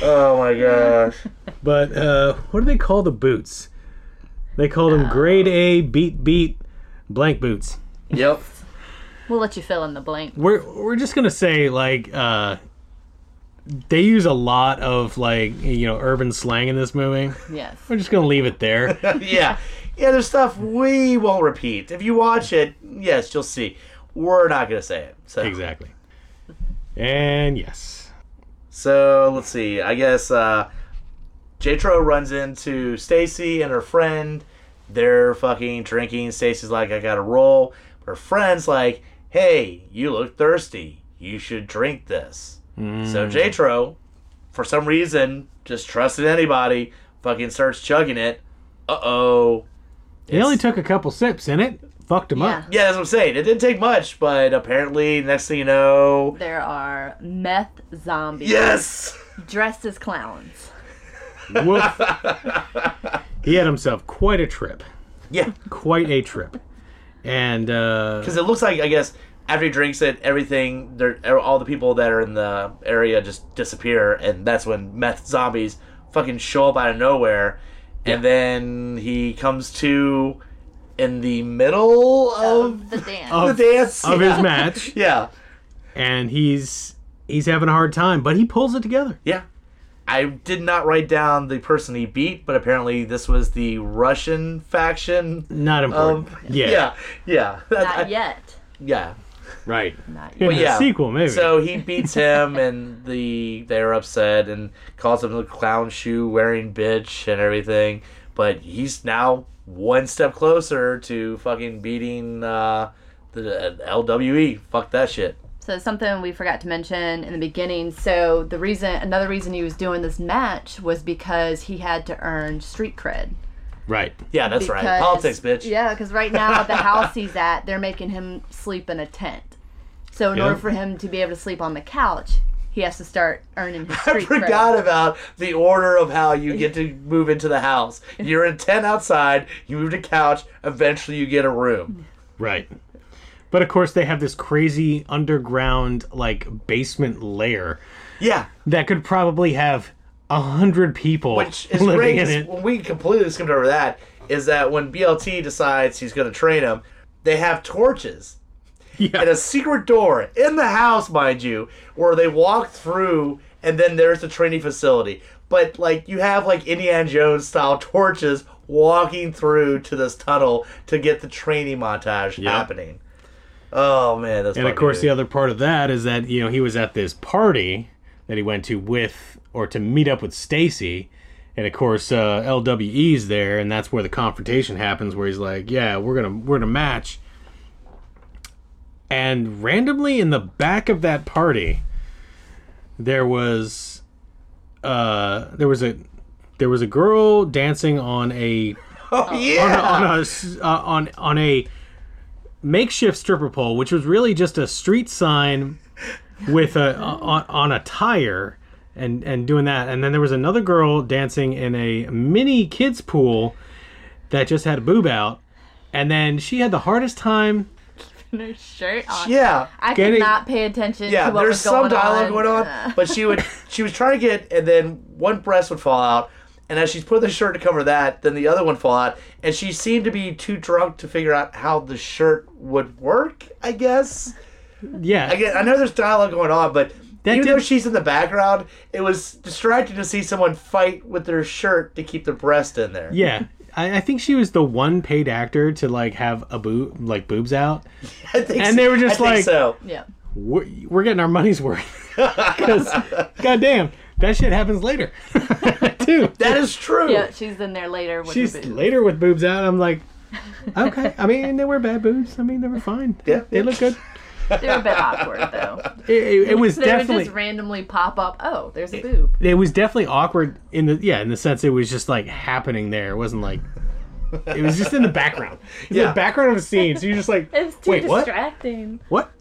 [SPEAKER 3] Oh my gosh.
[SPEAKER 2] But uh, what do they call the boots? They called them grade A beat beat blank boots.
[SPEAKER 3] Yep.
[SPEAKER 4] We'll let you fill in the blank.
[SPEAKER 2] We're we're just gonna say like uh, they use a lot of like you know urban slang in this movie.
[SPEAKER 4] Yes.
[SPEAKER 2] We're just gonna leave it there.
[SPEAKER 3] <laughs> <laughs> yeah. Yeah, there's stuff we won't repeat. If you watch it, yes, you'll see. We're not going to say it. So,
[SPEAKER 2] exactly. And yes,
[SPEAKER 3] so let's see. I guess uh, Jatro runs into Stacy and her friend. They're fucking drinking. Stacy's like, I got to roll. Her friend's like, hey, you look thirsty. You should drink this. So Jatro, for some reason, just trusted anybody, fucking starts chugging it. Uh oh.
[SPEAKER 2] they only took a couple sips in it. Fucked them up.
[SPEAKER 4] Yeah.
[SPEAKER 3] Yeah, that's what I'm saying. It didn't take much, but apparently, next thing you know.
[SPEAKER 4] There are meth zombies
[SPEAKER 3] Yes!
[SPEAKER 4] dressed as clowns.
[SPEAKER 2] Woof. he had himself quite a trip.
[SPEAKER 3] Yeah,
[SPEAKER 2] Quite a trip. And uh,
[SPEAKER 3] because it looks like, I guess, after he drinks it, everything, there, er, all the people that are in the area just disappear, and that's when meth zombies fucking show up out of nowhere. And then he comes to in the middle of
[SPEAKER 4] The dance.
[SPEAKER 3] the
[SPEAKER 2] <laughs>
[SPEAKER 3] dance.
[SPEAKER 2] of his match,
[SPEAKER 3] yeah.
[SPEAKER 2] and he's he's having a hard time, but he pulls it together.
[SPEAKER 3] Yeah. I did not write down the person he beat, but apparently this was the Russian faction.
[SPEAKER 2] Not important.
[SPEAKER 3] Um,
[SPEAKER 2] yeah,
[SPEAKER 3] Yeah, yeah, <laughs>
[SPEAKER 4] Not yet.
[SPEAKER 3] yeah.
[SPEAKER 2] right.
[SPEAKER 4] Not
[SPEAKER 2] In
[SPEAKER 4] yet.
[SPEAKER 2] the
[SPEAKER 3] yeah.
[SPEAKER 2] sequel, maybe.
[SPEAKER 3] So he beats him, and the they're upset and calls him the clown shoe wearing bitch and everything. But he's now one step closer to fucking beating uh, the uh, LWE. Fuck that shit.
[SPEAKER 4] So something we forgot to mention in the beginning. So the reason, another reason he was doing this match was because he had to earn street cred.
[SPEAKER 2] Right.
[SPEAKER 3] Yeah, that's right.
[SPEAKER 4] because-
[SPEAKER 3] Politics, bitch.
[SPEAKER 4] Yeah, because right now at the house he's at, they're making him sleep in a tent. So in
[SPEAKER 2] Yeah.
[SPEAKER 4] order for him to be able to sleep on the couch, he has to start earning his
[SPEAKER 3] <laughs> <laughs> I
[SPEAKER 4] street cred. <laughs>
[SPEAKER 3] forgot about the order of how you get to move into the house. You're in tent outside, you move to couch, eventually you get a room.
[SPEAKER 2] Right. But of course, they have this crazy underground, like basement lair
[SPEAKER 3] Yeah,
[SPEAKER 2] that could probably have a hundred people <laughs>
[SPEAKER 3] which is
[SPEAKER 2] living
[SPEAKER 3] great.
[SPEAKER 2] in
[SPEAKER 3] 'cause
[SPEAKER 2] it.
[SPEAKER 3] When we completely skimmed over that, is that when BLT decides he's going to train him, they have torches and
[SPEAKER 2] Yeah.
[SPEAKER 3] a secret door in the house, mind you, where they walk through, and then there's the training facility. But like you have like Indiana Jones style <laughs> torches walking through to this tunnel to get the training montage happening. Oh man, that's
[SPEAKER 2] And of
[SPEAKER 3] fucking
[SPEAKER 2] course, the
[SPEAKER 3] good.
[SPEAKER 2] other part of that is that you know he was at this party that he went to with or to meet up with Stacy, and of course uh, LWE's there, and that's where the confrontation happens, where he's like, "Yeah, we're gonna we're gonna match." And randomly in the back of that party, there was uh there was a there was a girl dancing on a
[SPEAKER 3] <laughs> oh,
[SPEAKER 2] <laughs>
[SPEAKER 3] yeah,
[SPEAKER 2] on a s- uh, on on a makeshift stripper pole, which was really just a street sign with a on, on a tire and and doing that. And then there was another girl dancing in a mini kids pool that just had a boob out. And then she had the hardest time.
[SPEAKER 4] No shirt on.
[SPEAKER 3] yeah.
[SPEAKER 4] I
[SPEAKER 2] Getting-
[SPEAKER 4] could not pay attention
[SPEAKER 3] Yeah,
[SPEAKER 4] to what
[SPEAKER 3] there's
[SPEAKER 4] was
[SPEAKER 3] some
[SPEAKER 4] going
[SPEAKER 3] dialogue
[SPEAKER 4] on.
[SPEAKER 3] going
[SPEAKER 4] Uh,
[SPEAKER 3] on, but she would she was trying to get, and then one breast would fall out, and as she's put the shirt to cover that, then the other one fall out, and she seemed to be too drunk to figure out how the shirt would work. I guess.
[SPEAKER 2] Yeah,
[SPEAKER 3] I get, I know there's dialogue going on, but
[SPEAKER 2] That
[SPEAKER 3] even
[SPEAKER 2] did-
[SPEAKER 3] though she's in the background, it was distracting to see someone fight with their shirt to keep their breast in there.
[SPEAKER 2] yeah. I, I think she was the one paid actor to like have a boob like boobs out.
[SPEAKER 3] <laughs> I think
[SPEAKER 2] And they were just
[SPEAKER 3] I think
[SPEAKER 2] like-
[SPEAKER 3] so.
[SPEAKER 4] <laughs> yeah.
[SPEAKER 2] we're, we're getting our money's worth. <laughs> Because,
[SPEAKER 3] <laughs>
[SPEAKER 2] goddamn, that shit happens later, <laughs> too.
[SPEAKER 3] That is true.
[SPEAKER 4] Yeah, she's in there later with
[SPEAKER 2] She's
[SPEAKER 4] the boob.
[SPEAKER 2] later with boobs out. I'm like, okay. I mean, they were bad boobs. I mean, they were fine.
[SPEAKER 3] Yeah.
[SPEAKER 2] they look good.
[SPEAKER 4] They were a
[SPEAKER 3] <laughs>
[SPEAKER 4] bit awkward though.
[SPEAKER 2] It, it, it was
[SPEAKER 4] they would
[SPEAKER 2] definitely
[SPEAKER 4] just randomly pop up. Oh, there's a boob.
[SPEAKER 2] it was definitely awkward in the yeah in the sense it was just like happening there. It wasn't like it was just in the
[SPEAKER 3] <laughs>
[SPEAKER 2] background. It's
[SPEAKER 3] Yeah.
[SPEAKER 2] the background of the scene. So you're just like,
[SPEAKER 4] It's too
[SPEAKER 2] wait, what?
[SPEAKER 4] distracting.
[SPEAKER 2] What?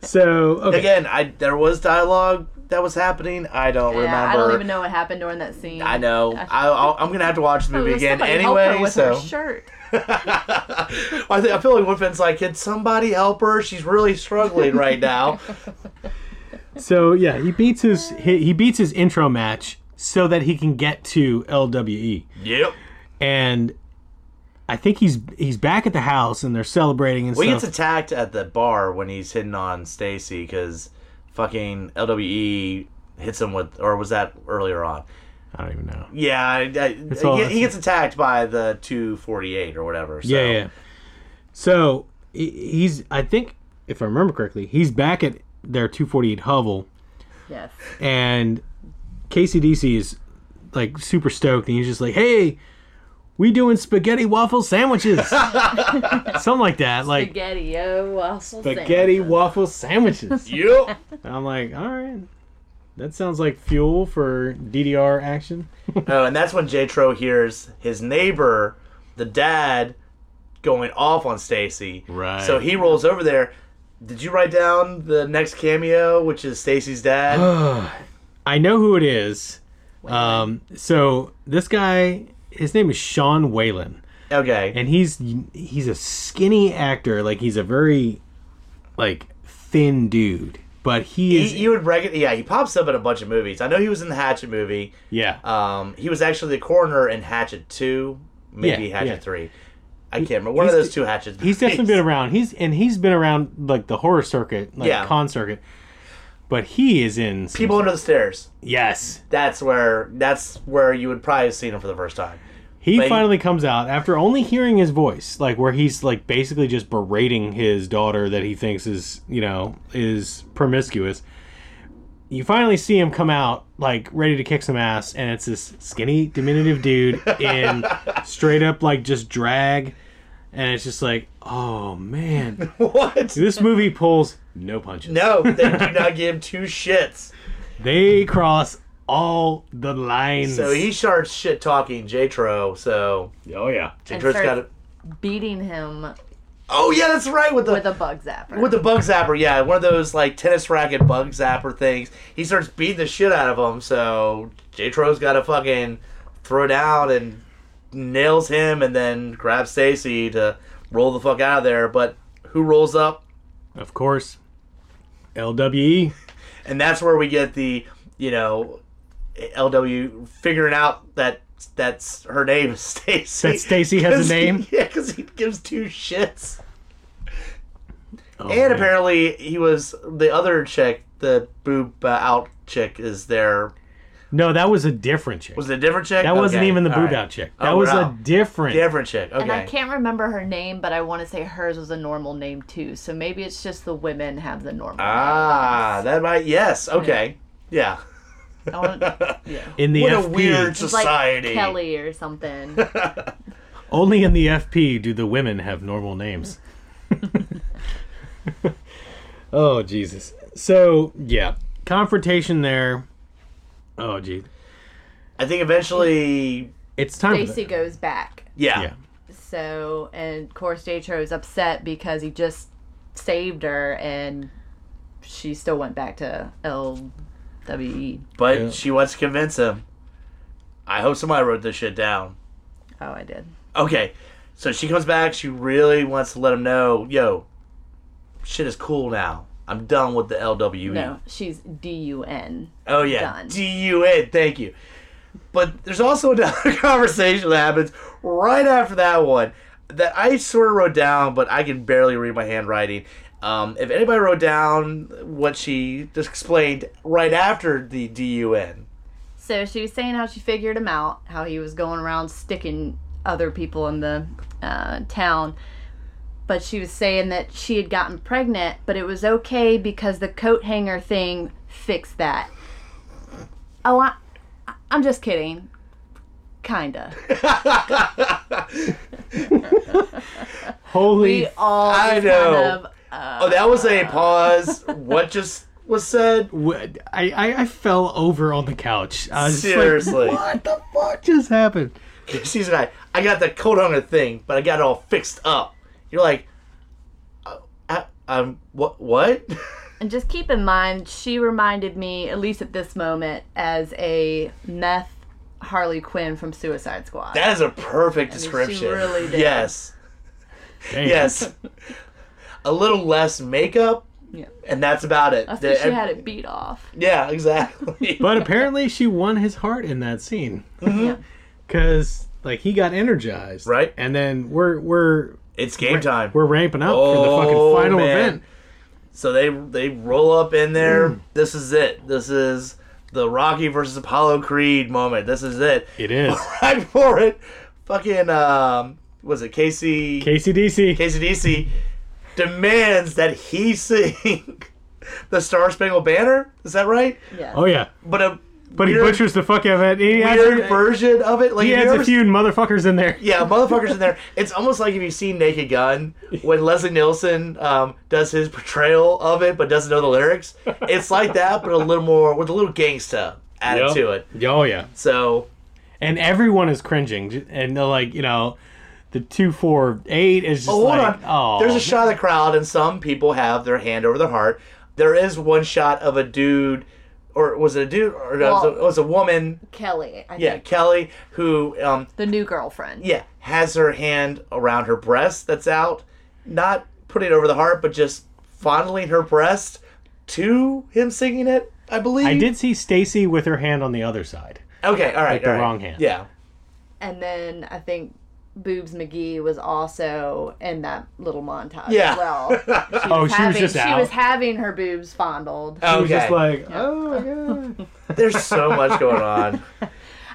[SPEAKER 2] So okay,
[SPEAKER 3] Again, I there was dialogue that was happening. I don't remember.
[SPEAKER 4] Yeah, I don't even know what happened during that scene.
[SPEAKER 3] I know.
[SPEAKER 4] I-
[SPEAKER 3] I, I'll, I'm gonna have to watch the
[SPEAKER 4] Oh,
[SPEAKER 3] movie again
[SPEAKER 4] somebody help her
[SPEAKER 3] anyway.
[SPEAKER 4] with her
[SPEAKER 3] So
[SPEAKER 4] shirt.
[SPEAKER 3] I, think, I feel like Woodfin's like, can somebody help her? She's really struggling right
[SPEAKER 4] <laughs>
[SPEAKER 3] now.
[SPEAKER 2] So yeah, he beats his he, he beats his intro match so that he can get to LWE,
[SPEAKER 3] yep.
[SPEAKER 2] and I think he's he's back at the house and they're celebrating and
[SPEAKER 3] Well, he
[SPEAKER 2] stuff.
[SPEAKER 3] gets attacked at the bar when he's hitting on Stacy because fucking LWE hits him with, or was that earlier on?
[SPEAKER 2] I don't even know.
[SPEAKER 3] Yeah, I, I,
[SPEAKER 2] all-
[SPEAKER 3] he, he gets attacked by the 248 or whatever. So.
[SPEAKER 2] Yeah,
[SPEAKER 4] <laughs>
[SPEAKER 2] yeah. So he- he's I think if I remember correctly, he's back at their 248 hovel
[SPEAKER 4] Yes.
[SPEAKER 2] and KCDC is like super stoked and he's just like, "Hey, we doing spaghetti waffle <laughs> sandwiches." Something like that, like
[SPEAKER 4] Spaghetti, oh, waffle
[SPEAKER 2] spaghetti waffle sandwiches.
[SPEAKER 3] Yep.
[SPEAKER 2] <laughs> And I'm like, all right, that sounds like fuel for DDR action.
[SPEAKER 3] Oh, and that's when Jatro hears his neighbor, the dad, going off on Stacy.
[SPEAKER 2] Right.
[SPEAKER 3] So he rolls over there. Did you write down the next cameo, which is
[SPEAKER 2] <gasps>
[SPEAKER 3] Stacy's dad?
[SPEAKER 2] I know who it is. Um, so this guy, his name is Sean Whalen,
[SPEAKER 3] okay.
[SPEAKER 2] and he's he's a skinny actor. Like he's a very like thin dude, but he is
[SPEAKER 3] He, you would rec- yeah, he pops up in a bunch of movies. I know he was in the Hatchet movie.
[SPEAKER 2] yeah.
[SPEAKER 3] Um, he was actually the coroner in Hatchet 2, maybe
[SPEAKER 2] Yeah,
[SPEAKER 3] Hatchet
[SPEAKER 2] yeah.
[SPEAKER 3] 3. I can't remember. One of
[SPEAKER 2] he's
[SPEAKER 3] those two Hatchets.
[SPEAKER 2] He's definitely been around. He's and he's been around like the horror circuit, like
[SPEAKER 3] Yeah.
[SPEAKER 2] con circuit. But he is in some-
[SPEAKER 3] <laughs> People Under the Stairs.
[SPEAKER 2] Yes,
[SPEAKER 3] That's where that's where you would probably have seen him for the first time. <laughs>
[SPEAKER 2] He
[SPEAKER 3] But he-
[SPEAKER 2] finally comes out after only hearing his voice, like where he's like basically just berating his daughter that he thinks is, you know, is promiscuous. You finally see him come out like ready to kick some ass, and it's this skinny, diminutive dude
[SPEAKER 3] <laughs>
[SPEAKER 2] in straight up like just drag, and it's just like, oh man,
[SPEAKER 3] What?
[SPEAKER 2] this movie pulls no punches. <laughs>
[SPEAKER 3] No, they do not give two shits.
[SPEAKER 2] They cross all the lines.
[SPEAKER 3] So he starts shit talking J Tro. So
[SPEAKER 2] oh yeah,
[SPEAKER 3] J
[SPEAKER 4] And
[SPEAKER 3] Tro's
[SPEAKER 4] starts-
[SPEAKER 3] got it.
[SPEAKER 4] beating him
[SPEAKER 3] Oh yeah, that's right with the
[SPEAKER 4] with a bug zapper.
[SPEAKER 3] with the bug zapper. Yeah, one of those like tennis racket bug zapper things. He starts beating the shit out of him. So J Tro's got to fucking throw down and nails him, and then grabs Stacy to roll the fuck out of there. But who rolls up?
[SPEAKER 2] of course. E. LWE.
[SPEAKER 3] and that's where we get the you know lw figuring out that that's her name <laughs> is stacy
[SPEAKER 2] That Stacy has a
[SPEAKER 3] <laughs> 'Cause he-
[SPEAKER 2] name?
[SPEAKER 3] yeah because he gives two shits
[SPEAKER 2] Oh,
[SPEAKER 3] and
[SPEAKER 2] man.
[SPEAKER 3] apparently he was the other chick the boob uh, out chick is there
[SPEAKER 2] no, that was a different chick.
[SPEAKER 3] was it a different chick
[SPEAKER 2] that wasn't
[SPEAKER 3] Okay,
[SPEAKER 2] even the
[SPEAKER 3] all
[SPEAKER 2] boob
[SPEAKER 3] right.
[SPEAKER 2] out chick. That
[SPEAKER 3] Oh,
[SPEAKER 2] was
[SPEAKER 3] wow.
[SPEAKER 2] a different.
[SPEAKER 3] different chick okay
[SPEAKER 4] And I can't remember her name, but I want to say hers was a normal name too. So maybe it's just the women have the normal.
[SPEAKER 3] ah that might yes okay yeah,
[SPEAKER 4] name. I
[SPEAKER 3] <laughs>
[SPEAKER 4] wanna- yeah.
[SPEAKER 2] in the
[SPEAKER 3] what
[SPEAKER 2] FP.
[SPEAKER 3] a weird
[SPEAKER 4] It's
[SPEAKER 3] society
[SPEAKER 4] like Kelly or something.
[SPEAKER 3] <laughs>
[SPEAKER 2] Only in the FP do the women have normal names. <laughs> oh Jesus. So yeah, confrontation there. Oh geez,
[SPEAKER 3] i think eventually
[SPEAKER 2] it's time.
[SPEAKER 4] Stacy
[SPEAKER 2] for
[SPEAKER 4] goes back.
[SPEAKER 3] yeah,
[SPEAKER 2] that. Yeah.
[SPEAKER 4] So and of course Jatro is upset because he just saved her and she still went back to E. LWE.
[SPEAKER 3] but
[SPEAKER 2] Yeah.
[SPEAKER 3] she wants to convince him i hope somebody wrote this shit down
[SPEAKER 4] Oh, I did.
[SPEAKER 3] Okay, so she comes back. She really wants to let him know, yo, shit is cool now. I'm done with the LWE.
[SPEAKER 4] No, she's D U N.
[SPEAKER 3] Mm. Oh yeah,
[SPEAKER 4] Done.
[SPEAKER 3] D U N. Thank you. But there's also <laughs> another conversation that happens right after that one that I sort of wrote down, but I can barely read my handwriting. Um, if anybody wrote down what she just explained right after the D U N,
[SPEAKER 4] So she was saying how she figured him out, how he was going around sticking other people in the uh, town. But she was saying that she had gotten pregnant, but it was okay because the coat hanger thing fixed that. Oh, I, I- I'm just kidding. Kinda.
[SPEAKER 2] Holy.
[SPEAKER 4] We all
[SPEAKER 3] I
[SPEAKER 4] just
[SPEAKER 3] know.
[SPEAKER 4] kind of. Uh,
[SPEAKER 3] oh, that was a pause. what just was said? <laughs>
[SPEAKER 2] w- I, I I fell over on the couch. I was just like,
[SPEAKER 3] Seriously.
[SPEAKER 2] what the fuck just happened?
[SPEAKER 3] She's like, I got that coat hanger thing, but I got it all fixed up. You're like, uh, I, I'm what? What? <laughs>
[SPEAKER 4] and just keep in mind, she reminded me, at least at this moment, as a meth Harley Quinn from Suicide Squad.
[SPEAKER 3] That is a perfect
[SPEAKER 4] she
[SPEAKER 3] description.
[SPEAKER 4] really did.
[SPEAKER 3] Yes,
[SPEAKER 2] Damn.
[SPEAKER 4] <laughs>
[SPEAKER 3] yes. a little less makeup,
[SPEAKER 4] Yeah.
[SPEAKER 3] and that's about it.
[SPEAKER 4] I think
[SPEAKER 3] The-
[SPEAKER 4] she had it beat off.
[SPEAKER 3] Yeah, <laughs> exactly.
[SPEAKER 2] But apparently she won his heart in that scene. Cause like he got energized.
[SPEAKER 3] Mm-hmm. Right.
[SPEAKER 2] And then we're we're
[SPEAKER 3] it's game time.
[SPEAKER 2] we're ramping up
[SPEAKER 3] Oh,
[SPEAKER 2] for the fucking final
[SPEAKER 3] man.
[SPEAKER 2] event.
[SPEAKER 3] So they they roll up in there. This is it. This is the Rocky versus Apollo Creed moment. This is it.
[SPEAKER 2] It <laughs> is.
[SPEAKER 3] Right for it. Fucking um, was it Casey?
[SPEAKER 2] KCDC.
[SPEAKER 3] KCDC demands that he <laughs> sing the Star Spangled Banner. Is that right?
[SPEAKER 4] Yeah.
[SPEAKER 2] oh yeah.
[SPEAKER 3] But a
[SPEAKER 2] But he
[SPEAKER 3] weird-
[SPEAKER 2] butchers the fuck out of it. He
[SPEAKER 3] weird
[SPEAKER 2] adds,
[SPEAKER 3] version of it. Like
[SPEAKER 2] he
[SPEAKER 3] have
[SPEAKER 2] adds
[SPEAKER 3] you
[SPEAKER 2] a
[SPEAKER 3] ever-
[SPEAKER 2] few motherfuckers in there.
[SPEAKER 3] Yeah, motherfuckers in there. It's almost like if you've seen Naked Gun, when Leslie Nielsen um, does his portrayal of it but doesn't know the lyrics. It's like that, but a little more with a little gangsta added
[SPEAKER 2] Yep.
[SPEAKER 3] to it.
[SPEAKER 2] Oh yeah.
[SPEAKER 3] So
[SPEAKER 2] And everyone is cringing. j- And they're like, you know, the two four eight is just
[SPEAKER 3] Oh, hold
[SPEAKER 2] like
[SPEAKER 3] on.
[SPEAKER 2] oh
[SPEAKER 3] There's a shot of the crowd, and some people have their hand over their heart. There is one shot of a dude, or was it a dude, or no, it, was a,
[SPEAKER 4] Well-
[SPEAKER 3] it was a woman?
[SPEAKER 4] Kelly, I
[SPEAKER 3] Yeah,
[SPEAKER 4] think.
[SPEAKER 3] Kelly, who, um,
[SPEAKER 4] The new girlfriend.
[SPEAKER 3] yeah, has her hand around her breast that's out, not putting it over the heart, but just fondling her breast to him singing it. I believe.
[SPEAKER 2] I did see Stacy with her hand on the other side.
[SPEAKER 3] Okay, all right,
[SPEAKER 2] the
[SPEAKER 3] all right.
[SPEAKER 2] wrong hand.
[SPEAKER 3] Yeah,
[SPEAKER 4] And then I think Boobs McGee was also in that little montage
[SPEAKER 3] Yeah.
[SPEAKER 4] as well.
[SPEAKER 3] <laughs>
[SPEAKER 4] She was
[SPEAKER 2] Oh, she was
[SPEAKER 4] having,
[SPEAKER 2] just
[SPEAKER 4] she
[SPEAKER 2] out.
[SPEAKER 4] was having her boobs fondled.
[SPEAKER 2] She was just
[SPEAKER 3] okay.
[SPEAKER 2] like, oh my god.
[SPEAKER 3] There's so much going on.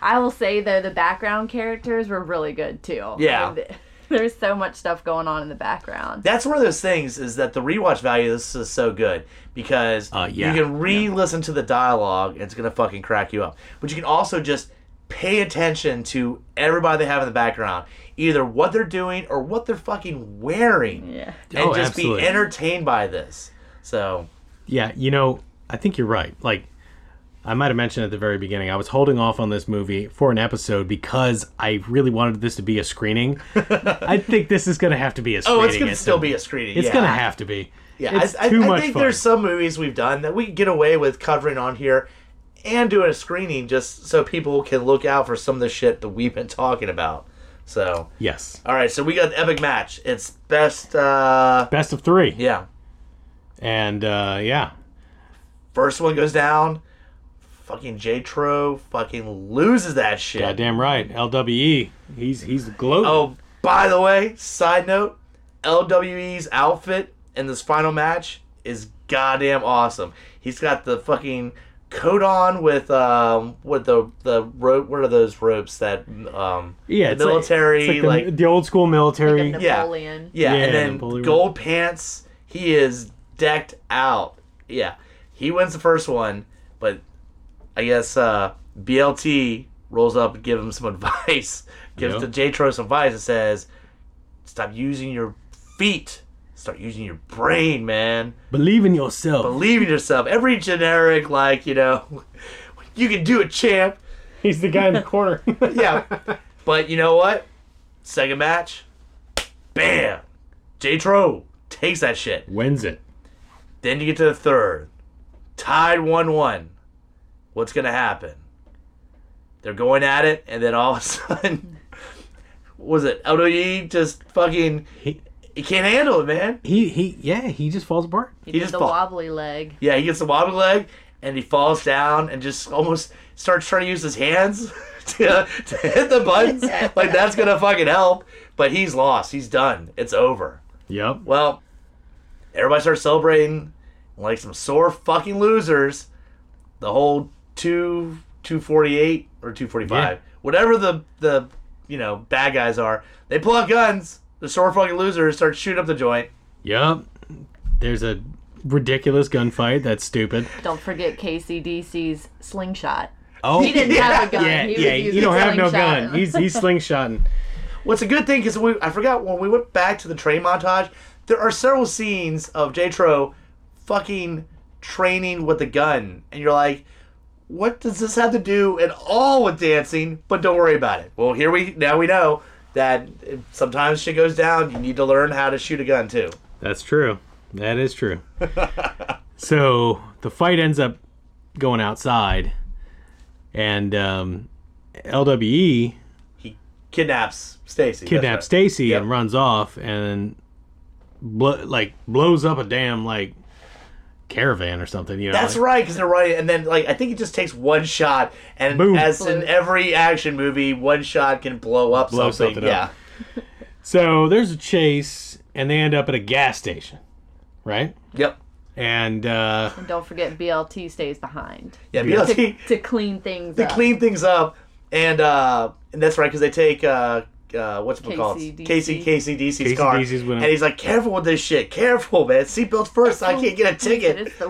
[SPEAKER 4] I will say though the background characters were really good too.
[SPEAKER 3] Yeah.
[SPEAKER 4] And th- <laughs> There's so much stuff going on in the background.
[SPEAKER 3] that's one of those things is that the rewatch value of this is so good because
[SPEAKER 2] Uh, yeah.
[SPEAKER 3] you can re-listen to the dialogue it's gonna fucking crack you up but you can also just pay attention to everybody they have in the background either what they're doing or what they're fucking wearing
[SPEAKER 4] Yeah.
[SPEAKER 3] and
[SPEAKER 2] Oh,
[SPEAKER 3] just
[SPEAKER 2] absolutely.
[SPEAKER 3] be entertained by this so
[SPEAKER 2] Yeah, you know, I think you're right. Like I might have mentioned at the very beginning, I was holding off on this movie for an episode because I really wanted this to be a
[SPEAKER 3] <laughs>
[SPEAKER 2] screening. I think this is going to have to be a screening.
[SPEAKER 3] Oh, it's gonna
[SPEAKER 2] at
[SPEAKER 3] still
[SPEAKER 2] some-
[SPEAKER 3] be a screening.
[SPEAKER 2] It's
[SPEAKER 3] yeah.
[SPEAKER 2] going to have to be.
[SPEAKER 3] Yeah,
[SPEAKER 2] it's
[SPEAKER 3] I, I-
[SPEAKER 2] too
[SPEAKER 3] I
[SPEAKER 2] much
[SPEAKER 3] think
[SPEAKER 2] fun.
[SPEAKER 3] there's some movies we've done that we can get away with covering on here and doing a screening just so people can look out for some of the shit that we've been talking about. So,
[SPEAKER 2] Yes.
[SPEAKER 3] all right, so we got an epic match. It's best, uh,
[SPEAKER 2] Best of three.
[SPEAKER 3] yeah.
[SPEAKER 2] And uh, yeah,
[SPEAKER 3] First one goes down. Fucking J Tro fucking loses that shit.
[SPEAKER 2] goddamn right. LWE. He's he's gloating.
[SPEAKER 3] Oh, by the way, side note, LWE's outfit in this final match is goddamn awesome. He's got the fucking coat on with um what the the rope what are those ropes that um
[SPEAKER 2] yeah,
[SPEAKER 3] the
[SPEAKER 2] it's like-
[SPEAKER 3] military
[SPEAKER 2] it's
[SPEAKER 3] like,
[SPEAKER 2] the, the old school military.
[SPEAKER 3] <laughs>
[SPEAKER 4] Like a
[SPEAKER 3] Yeah.
[SPEAKER 4] Napoleon.
[SPEAKER 3] yeah,
[SPEAKER 2] Yeah,
[SPEAKER 3] and then
[SPEAKER 2] Napoleon.
[SPEAKER 3] gold pants. He is decked out. Yeah, he wins the first one, but I guess uh, BLT rolls up and gives him some <laughs> advice. gives
[SPEAKER 2] Yep.
[SPEAKER 3] the J Tro some advice and says, "Stop using your feet. Start using your brain, man.
[SPEAKER 2] Believe in yourself.
[SPEAKER 3] Believe in yourself." Every generic, like you know, <laughs> you can do it, champ.
[SPEAKER 2] he's the guy in the
[SPEAKER 3] <laughs>
[SPEAKER 2] corner.
[SPEAKER 3] Yeah, but you know what? Second match, bam, J Tro takes that shit.
[SPEAKER 2] Wins it.
[SPEAKER 3] Then you get to the third. Tied 1 1. What's going to happen? They're going at it, and then all of a <laughs> sudden, what was it LWE just fucking.
[SPEAKER 2] He-
[SPEAKER 3] He can't handle it, man.
[SPEAKER 2] He he yeah, he just falls apart.
[SPEAKER 4] He,
[SPEAKER 3] He
[SPEAKER 4] did
[SPEAKER 3] just
[SPEAKER 4] the
[SPEAKER 3] fall-
[SPEAKER 4] wobbly leg.
[SPEAKER 3] Yeah, he gets a wobbly leg, and he falls down and just almost starts trying to use his hands <laughs> to, to hit the buttons. like, that's going to fucking help. But he's lost. He's done. It's over.
[SPEAKER 2] Yep.
[SPEAKER 3] Well, everybody starts celebrating like some sore fucking losers. The whole two two forty eight or two forty five,
[SPEAKER 2] Yeah.
[SPEAKER 3] whatever the the you know bad guys are, they pull out guns. The sore fucking losers start shooting up the joint.
[SPEAKER 2] Yep. There's a ridiculous gunfight. That's stupid.
[SPEAKER 4] Don't forget KCDC's slingshot.
[SPEAKER 2] Oh,
[SPEAKER 4] He didn't have a gun.
[SPEAKER 2] yeah,
[SPEAKER 4] he was
[SPEAKER 2] yeah.
[SPEAKER 4] using
[SPEAKER 2] You don't have no
[SPEAKER 4] slingshot.
[SPEAKER 2] gun. He's
[SPEAKER 4] <laughs>
[SPEAKER 2] he's slingshotting.
[SPEAKER 3] What's a good thing is we I forgot when we went back to the train montage, there are several scenes of J Tro fucking training with a gun, and you're like, what does this have to do at all with dancing? But don't worry about it. Well, here we now we know that if sometimes shit goes down. You need to learn how to shoot a gun too.
[SPEAKER 2] That's true. That is true. so the fight ends up going outside, and um, LWE
[SPEAKER 3] He kidnaps Stacy.
[SPEAKER 2] kidnaps
[SPEAKER 3] Stacy.
[SPEAKER 2] Stacy
[SPEAKER 3] Yep.
[SPEAKER 2] and runs off, and blo- like blows up a damn like caravan or something. You know,
[SPEAKER 3] That's
[SPEAKER 2] like-
[SPEAKER 3] right, because they're running, and then like I think it just takes one shot, and
[SPEAKER 2] Boom.
[SPEAKER 3] as in every action movie, one shot can blow up
[SPEAKER 2] Blow
[SPEAKER 3] something.
[SPEAKER 2] something up.
[SPEAKER 3] yeah.
[SPEAKER 2] So there's a chase, and they end up at a gas station, right?
[SPEAKER 3] Yep.
[SPEAKER 2] And uh,
[SPEAKER 4] And don't forget BLT stays behind
[SPEAKER 3] Yeah. BLT.
[SPEAKER 4] to clean things
[SPEAKER 3] to
[SPEAKER 4] up.
[SPEAKER 3] clean things up, and uh, and that's right because they take uh, uh, what's it called?
[SPEAKER 4] KCDC.
[SPEAKER 3] Casey KCDC's car,
[SPEAKER 2] KCDC's with him.
[SPEAKER 3] and he's like, "Careful with this shit, careful, man. Seatbelts first. I can't get a ticket."
[SPEAKER 4] It's the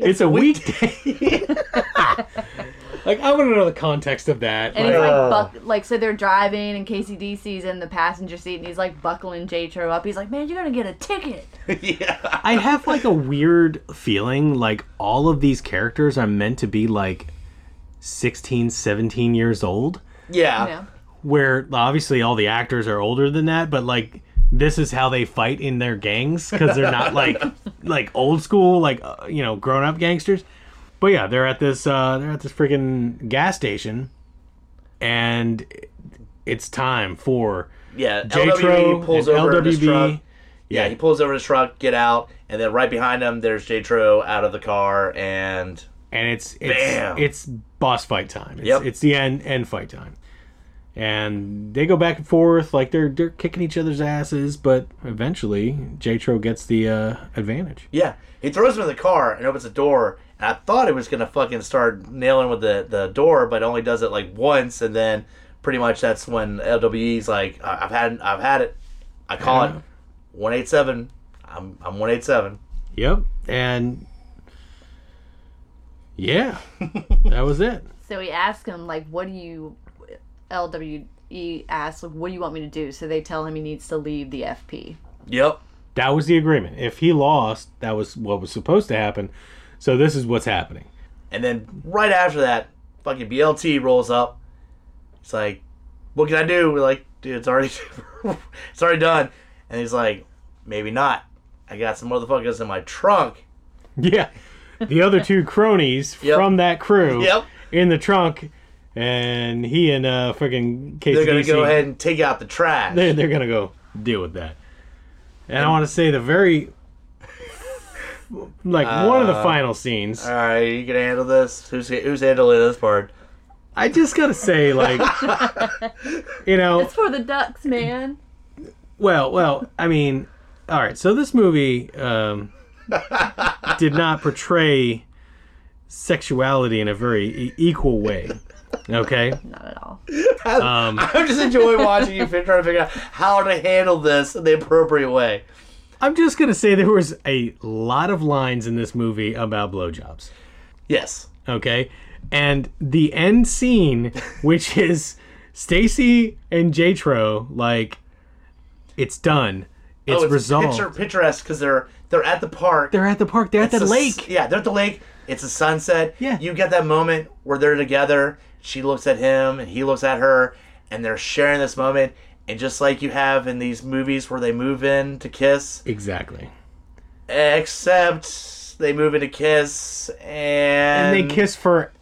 [SPEAKER 2] <laughs> it's a weekday. <laughs> like I want to know the context of that.
[SPEAKER 4] and
[SPEAKER 2] like-
[SPEAKER 4] he's
[SPEAKER 3] Oh.
[SPEAKER 4] like, buck- like, so they're driving, and KCDC's in the passenger seat, and he's like buckling J Tro up. He's like, man, you're gonna get a ticket.
[SPEAKER 3] <laughs> yeah,
[SPEAKER 2] I have like a weird feeling like all of these characters are meant to be like 16, 17 years old.
[SPEAKER 3] yeah,
[SPEAKER 4] You know?
[SPEAKER 2] Where obviously all the actors are older than that, but like this is how they fight in their gangs because they're
[SPEAKER 3] <laughs>
[SPEAKER 2] not like like old school like uh, you know grown up gangsters. But yeah, they're at this uh, they're at this freaking gas station, and it's time for
[SPEAKER 3] yeah.
[SPEAKER 2] J-Tro
[SPEAKER 3] LWE E pulls
[SPEAKER 2] and
[SPEAKER 3] over in his
[SPEAKER 2] LWB.
[SPEAKER 3] truck. Yeah, he pulls over in his truck, get out, and then right behind him, there's J Tro out of the car, and
[SPEAKER 2] and it's
[SPEAKER 3] Bam.
[SPEAKER 2] it's, it's boss fight time. It's,
[SPEAKER 3] Yep.
[SPEAKER 2] it's the end end fight time, and they go back and forth like they're they're kicking each other's asses, but eventually J Tro gets the uh, advantage.
[SPEAKER 3] yeah, he throws him in the car and opens the door. And I thought it was gonna fucking start nailing with the the door, but only does it like once, and then pretty much that's when LWE's like, I- I've had I've had it. I call it one eight seven. I'm I'm one eight seven.
[SPEAKER 2] Yep, and yeah, that was it.
[SPEAKER 4] So he asks him, like, what do you, LWE asks, like, what do you want me to do? So they tell him he needs to leave the FP.
[SPEAKER 3] Yep.
[SPEAKER 2] That was the agreement. If he lost, that was what was supposed to happen. So this is what's happening.
[SPEAKER 3] And then right after that, fucking BLT rolls up. It's like, what can I do? We're like, dude, it's already, <laughs> it's already done. And he's like, maybe not. I got some motherfuckers in my trunk.
[SPEAKER 2] <laughs> Yeah. The other two cronies
[SPEAKER 3] <laughs> Yep.
[SPEAKER 2] from that crew
[SPEAKER 3] Yep.
[SPEAKER 2] in the trunk, and he and uh fucking KCDC.
[SPEAKER 3] They're gonna go ahead and take out the trash.
[SPEAKER 2] They, they're gonna go deal with that. And I want to say the very, <laughs> like one
[SPEAKER 3] Uh,
[SPEAKER 2] of the final scenes.
[SPEAKER 3] All right, you can handle this. Who's who's handling this part? <laughs>
[SPEAKER 2] I just gotta say, like, you know,
[SPEAKER 4] It's for the ducks, man.
[SPEAKER 2] well, well, I mean, all right. So this movie um, did not portray sexuality in a very e- equal way. Okay.
[SPEAKER 4] Not at all.
[SPEAKER 3] I'm just enjoying watching you trying to figure out how to handle this in the appropriate way.
[SPEAKER 2] I'm just gonna say there was a lot of lines in this movie about blowjobs.
[SPEAKER 3] Yes.
[SPEAKER 2] Okay, and the end
[SPEAKER 3] <laughs>
[SPEAKER 2] scene, which is Stacy and Jatro, like it's done, it's, resolved.
[SPEAKER 3] Oh, Picture, picturesque because they're they're at the park.
[SPEAKER 2] They're at the park. They're at the
[SPEAKER 3] It's a s-
[SPEAKER 2] lake.
[SPEAKER 3] Yeah, they're at the lake. It's a sunset.
[SPEAKER 2] Yeah.
[SPEAKER 3] You get that moment where they're together. She looks at him and he looks at her, and they're sharing this moment. And just like you have in these movies where they move in to kiss,
[SPEAKER 2] Exactly.
[SPEAKER 3] except they move in to kiss and
[SPEAKER 2] And, they kiss for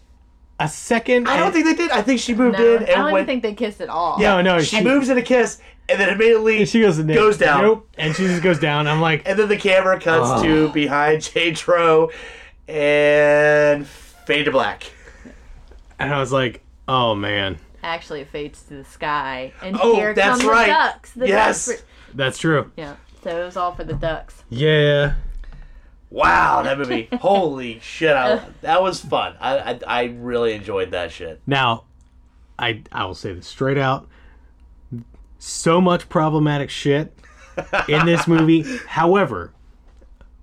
[SPEAKER 2] a second.
[SPEAKER 3] I don't think they did. I think she moved
[SPEAKER 4] No, I
[SPEAKER 3] in and
[SPEAKER 4] don't even
[SPEAKER 3] went.
[SPEAKER 4] think they kissed at all.
[SPEAKER 2] No, no.
[SPEAKER 3] she, moves in a kiss and then immediately
[SPEAKER 2] And she goes. "Nope."
[SPEAKER 3] goes down.
[SPEAKER 2] Nope. And she just goes down. I'm like,
[SPEAKER 3] And then the camera cuts to behind <laughs> Jatro and fade to black.
[SPEAKER 2] and I was like, oh man,
[SPEAKER 4] Actually, it fades to the sky, and
[SPEAKER 3] Oh,
[SPEAKER 4] here
[SPEAKER 3] that's
[SPEAKER 4] come
[SPEAKER 3] right.
[SPEAKER 4] the ducks. The
[SPEAKER 3] Yes.
[SPEAKER 4] Ducks were-
[SPEAKER 2] that's true.
[SPEAKER 4] yeah. So it was all for the ducks.
[SPEAKER 2] Yeah.
[SPEAKER 3] Wow, that
[SPEAKER 4] <laughs>
[SPEAKER 3] movie! Holy shit! I, that was fun. I, I I really enjoyed that shit.
[SPEAKER 2] Now, I I will say this straight out. So much problematic shit in this movie. However,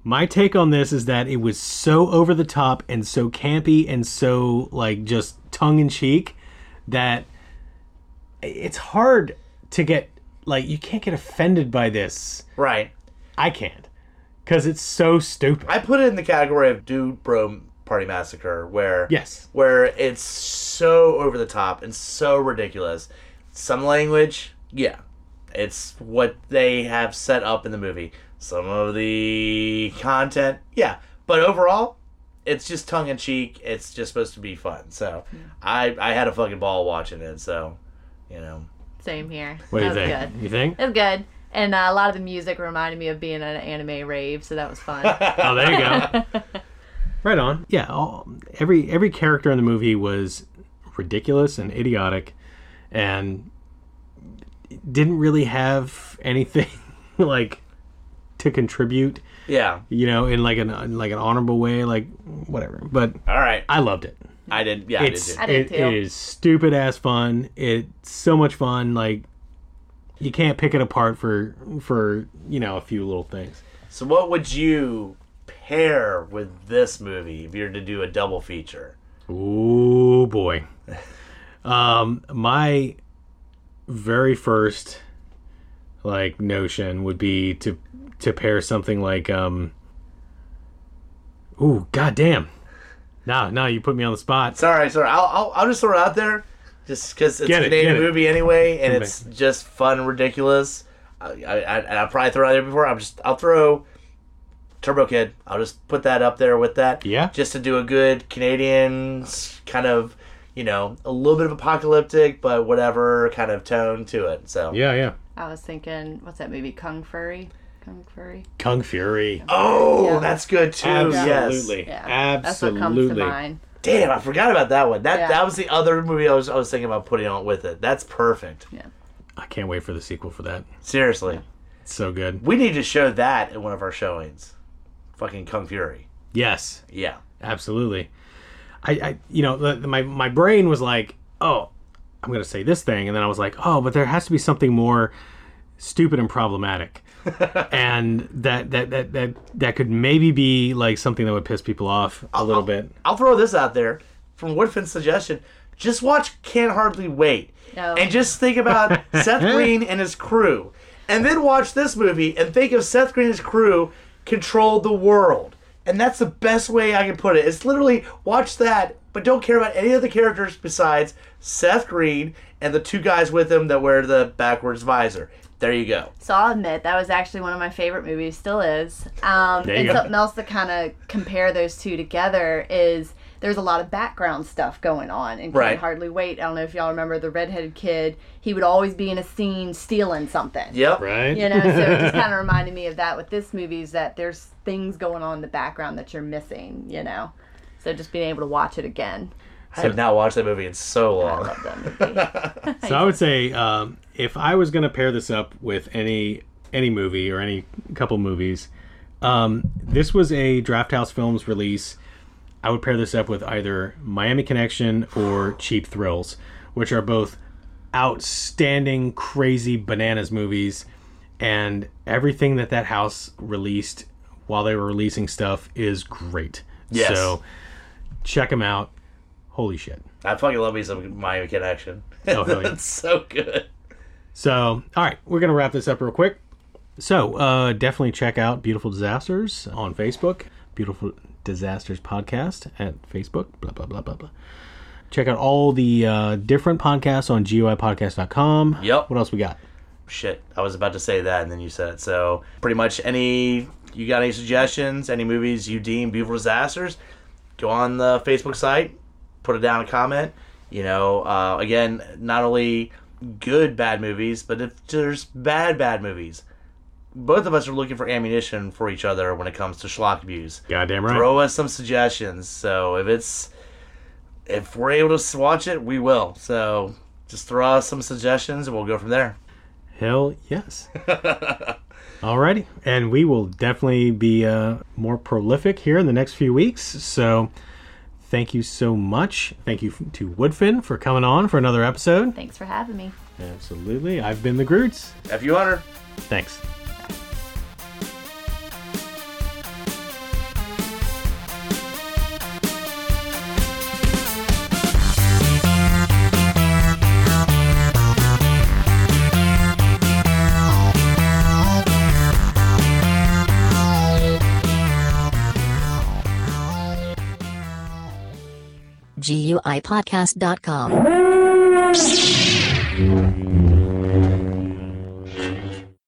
[SPEAKER 2] my take on this is that it was so over the top and so campy and so like just tongue in cheek that it's hard to get like you can't get offended by this.
[SPEAKER 3] Right.
[SPEAKER 2] I can't cuz it's so stupid.
[SPEAKER 3] I put it in the category of dude bro party massacre, where
[SPEAKER 2] Yes.
[SPEAKER 3] where it's so over the top and so ridiculous. Some language, yeah, it's what they have set up in the movie. Some of the content, yeah, but overall, it's just tongue in cheek. It's just supposed to be fun. So, I I had a fucking ball watching it. So, you know,
[SPEAKER 4] Same here.
[SPEAKER 2] What do you
[SPEAKER 4] that was
[SPEAKER 2] think?
[SPEAKER 4] good.
[SPEAKER 2] You think?
[SPEAKER 4] It was good. And uh, a lot of the music reminded me of being at an anime rave, so that was fun.
[SPEAKER 2] <laughs> Oh, there you go. <laughs> right on. Yeah, all, every every character in the movie was ridiculous and idiotic, and didn't really have anything <laughs> like to contribute.
[SPEAKER 3] yeah.
[SPEAKER 2] You know, in like an in like an honorable way, like whatever. But
[SPEAKER 3] All right,
[SPEAKER 2] I loved it.
[SPEAKER 3] I did. Yeah, I
[SPEAKER 2] It's
[SPEAKER 3] did. too.
[SPEAKER 4] I did
[SPEAKER 2] it,
[SPEAKER 4] too.
[SPEAKER 2] it is stupid ass fun. It's so much fun. Like you can't pick it apart for for you know a few little things.
[SPEAKER 3] So, what would you pair with this movie if you were to do a double feature?
[SPEAKER 2] Oh boy. Um, my very first like notion would be to to pair something like um. Ooh, goddamn! Now, now you put me on the spot.
[SPEAKER 3] Sorry, sorry. I'll, I'll, I'll just throw it out there, just because it's
[SPEAKER 2] Get
[SPEAKER 3] a
[SPEAKER 2] it,
[SPEAKER 3] Canadian
[SPEAKER 2] get it.
[SPEAKER 3] movie anyway, and it's just fun, ridiculous. I, I, I, and I probably throw it out there before. I'm just I'll throw Turbo Kid. I'll just put that up there with that.
[SPEAKER 2] Yeah.
[SPEAKER 3] Just to do a good Canadian s- kind of, you know, a little bit of apocalyptic, but whatever kind of tone to it. So.
[SPEAKER 2] Yeah, yeah.
[SPEAKER 4] I was thinking, what's that movie? Kung Fury? Kung Fury?
[SPEAKER 2] Kung Fury.
[SPEAKER 3] Oh,
[SPEAKER 4] Yeah.
[SPEAKER 3] that's good too. Yes.
[SPEAKER 2] Absolutely.
[SPEAKER 4] Yeah. That's what
[SPEAKER 2] Absolutely.
[SPEAKER 4] comes to mind.
[SPEAKER 3] Damn, I forgot about that one. That
[SPEAKER 4] Yeah.
[SPEAKER 3] that was the other movie I was I was thinking about putting on with it. That's perfect.
[SPEAKER 2] I can't wait for the sequel for that.
[SPEAKER 3] Seriously.
[SPEAKER 2] It's so good.
[SPEAKER 3] We need to show that at one of our showings. Fucking Kung Fury.
[SPEAKER 2] Yes.
[SPEAKER 3] Yeah.
[SPEAKER 2] absolutely. I, I you know, the, the- my my brain was like, oh, I'm gonna say this thing, and then I was like, oh, but there has to be something more stupid and problematic, and that that that that that could maybe be like something that would piss people off a little bit.
[SPEAKER 3] I'll throw this out there from Woodfin's suggestion. Just watch Can't Hardly Wait.
[SPEAKER 4] No.
[SPEAKER 3] And just think about Seth Green and his crew. And then watch this movie and think of Seth Green and his crew control the world. And that's the best way I can put it. It's literally watch that, but don't care about any of the characters besides Seth Green and the two guys with him that wear the backwards visor. There you go.
[SPEAKER 4] So I'll admit that was actually one of my favorite movies, still is. Um,
[SPEAKER 2] you
[SPEAKER 4] and
[SPEAKER 2] go.
[SPEAKER 4] something else to kind of compare those two together is there's a lot of background stuff going on and
[SPEAKER 3] Right.
[SPEAKER 4] can't hardly wait. I don't know if y'all remember the redheaded kid. He would always be in a scene stealing something.
[SPEAKER 3] Yep.
[SPEAKER 2] Right?
[SPEAKER 4] You know, so it just kind of reminded me of that with this movie is that there's things going on in the background that you're missing. You know, so just being able to watch it again.
[SPEAKER 3] I have not watched that movie in so
[SPEAKER 4] I
[SPEAKER 3] <laughs> long.
[SPEAKER 4] love that movie.
[SPEAKER 2] So I would say um, if I was going to pair this up with any any movie or any couple movies, um, this was a Draft House Films release. I would pair this up with either Miami Connection or Cheap Thrills, which are both outstanding, crazy bananas movies. And everything that that house released while they were releasing stuff is great.
[SPEAKER 3] Yes.
[SPEAKER 2] So check them out. Holy shit.
[SPEAKER 3] I fucking love me some Miami Connection.
[SPEAKER 2] Oh, hell
[SPEAKER 3] <laughs>
[SPEAKER 2] yeah.
[SPEAKER 3] That's so good.
[SPEAKER 2] So, all right, we're going to wrap this up real quick. So, uh, definitely check out Beautiful Disasters on Facebook, Beautiful Disasters Podcast at Facebook, blah, blah, blah, blah, blah. Check out all the uh, different podcasts on goipodcast.com.
[SPEAKER 3] Yep.
[SPEAKER 2] What else we got?
[SPEAKER 3] Shit, I was about to say that, and then you said it. So pretty much any you got any suggestions, any movies you deem beautiful disasters, go on the Facebook site, put it down a comment. You know, uh, again, not only good bad movies, but if there's bad bad movies, both of us are looking for ammunition for each other when it comes to schlock abuse.
[SPEAKER 2] Goddamn right.
[SPEAKER 3] Throw us some suggestions. So if it's if we're able to s- watch it, we will. So just throw us some suggestions, and we'll go from there.
[SPEAKER 2] Hell yes. <laughs> Alrighty. And we will definitely be uh, more prolific here in the next few weeks. So thank you so much. Thank you f- to Woodfin for coming on for another episode.
[SPEAKER 4] Thanks for having me.
[SPEAKER 2] Absolutely. I've been the Groots.
[SPEAKER 3] If you honor.
[SPEAKER 2] Thanks.
[SPEAKER 6] GUIPodcast.com.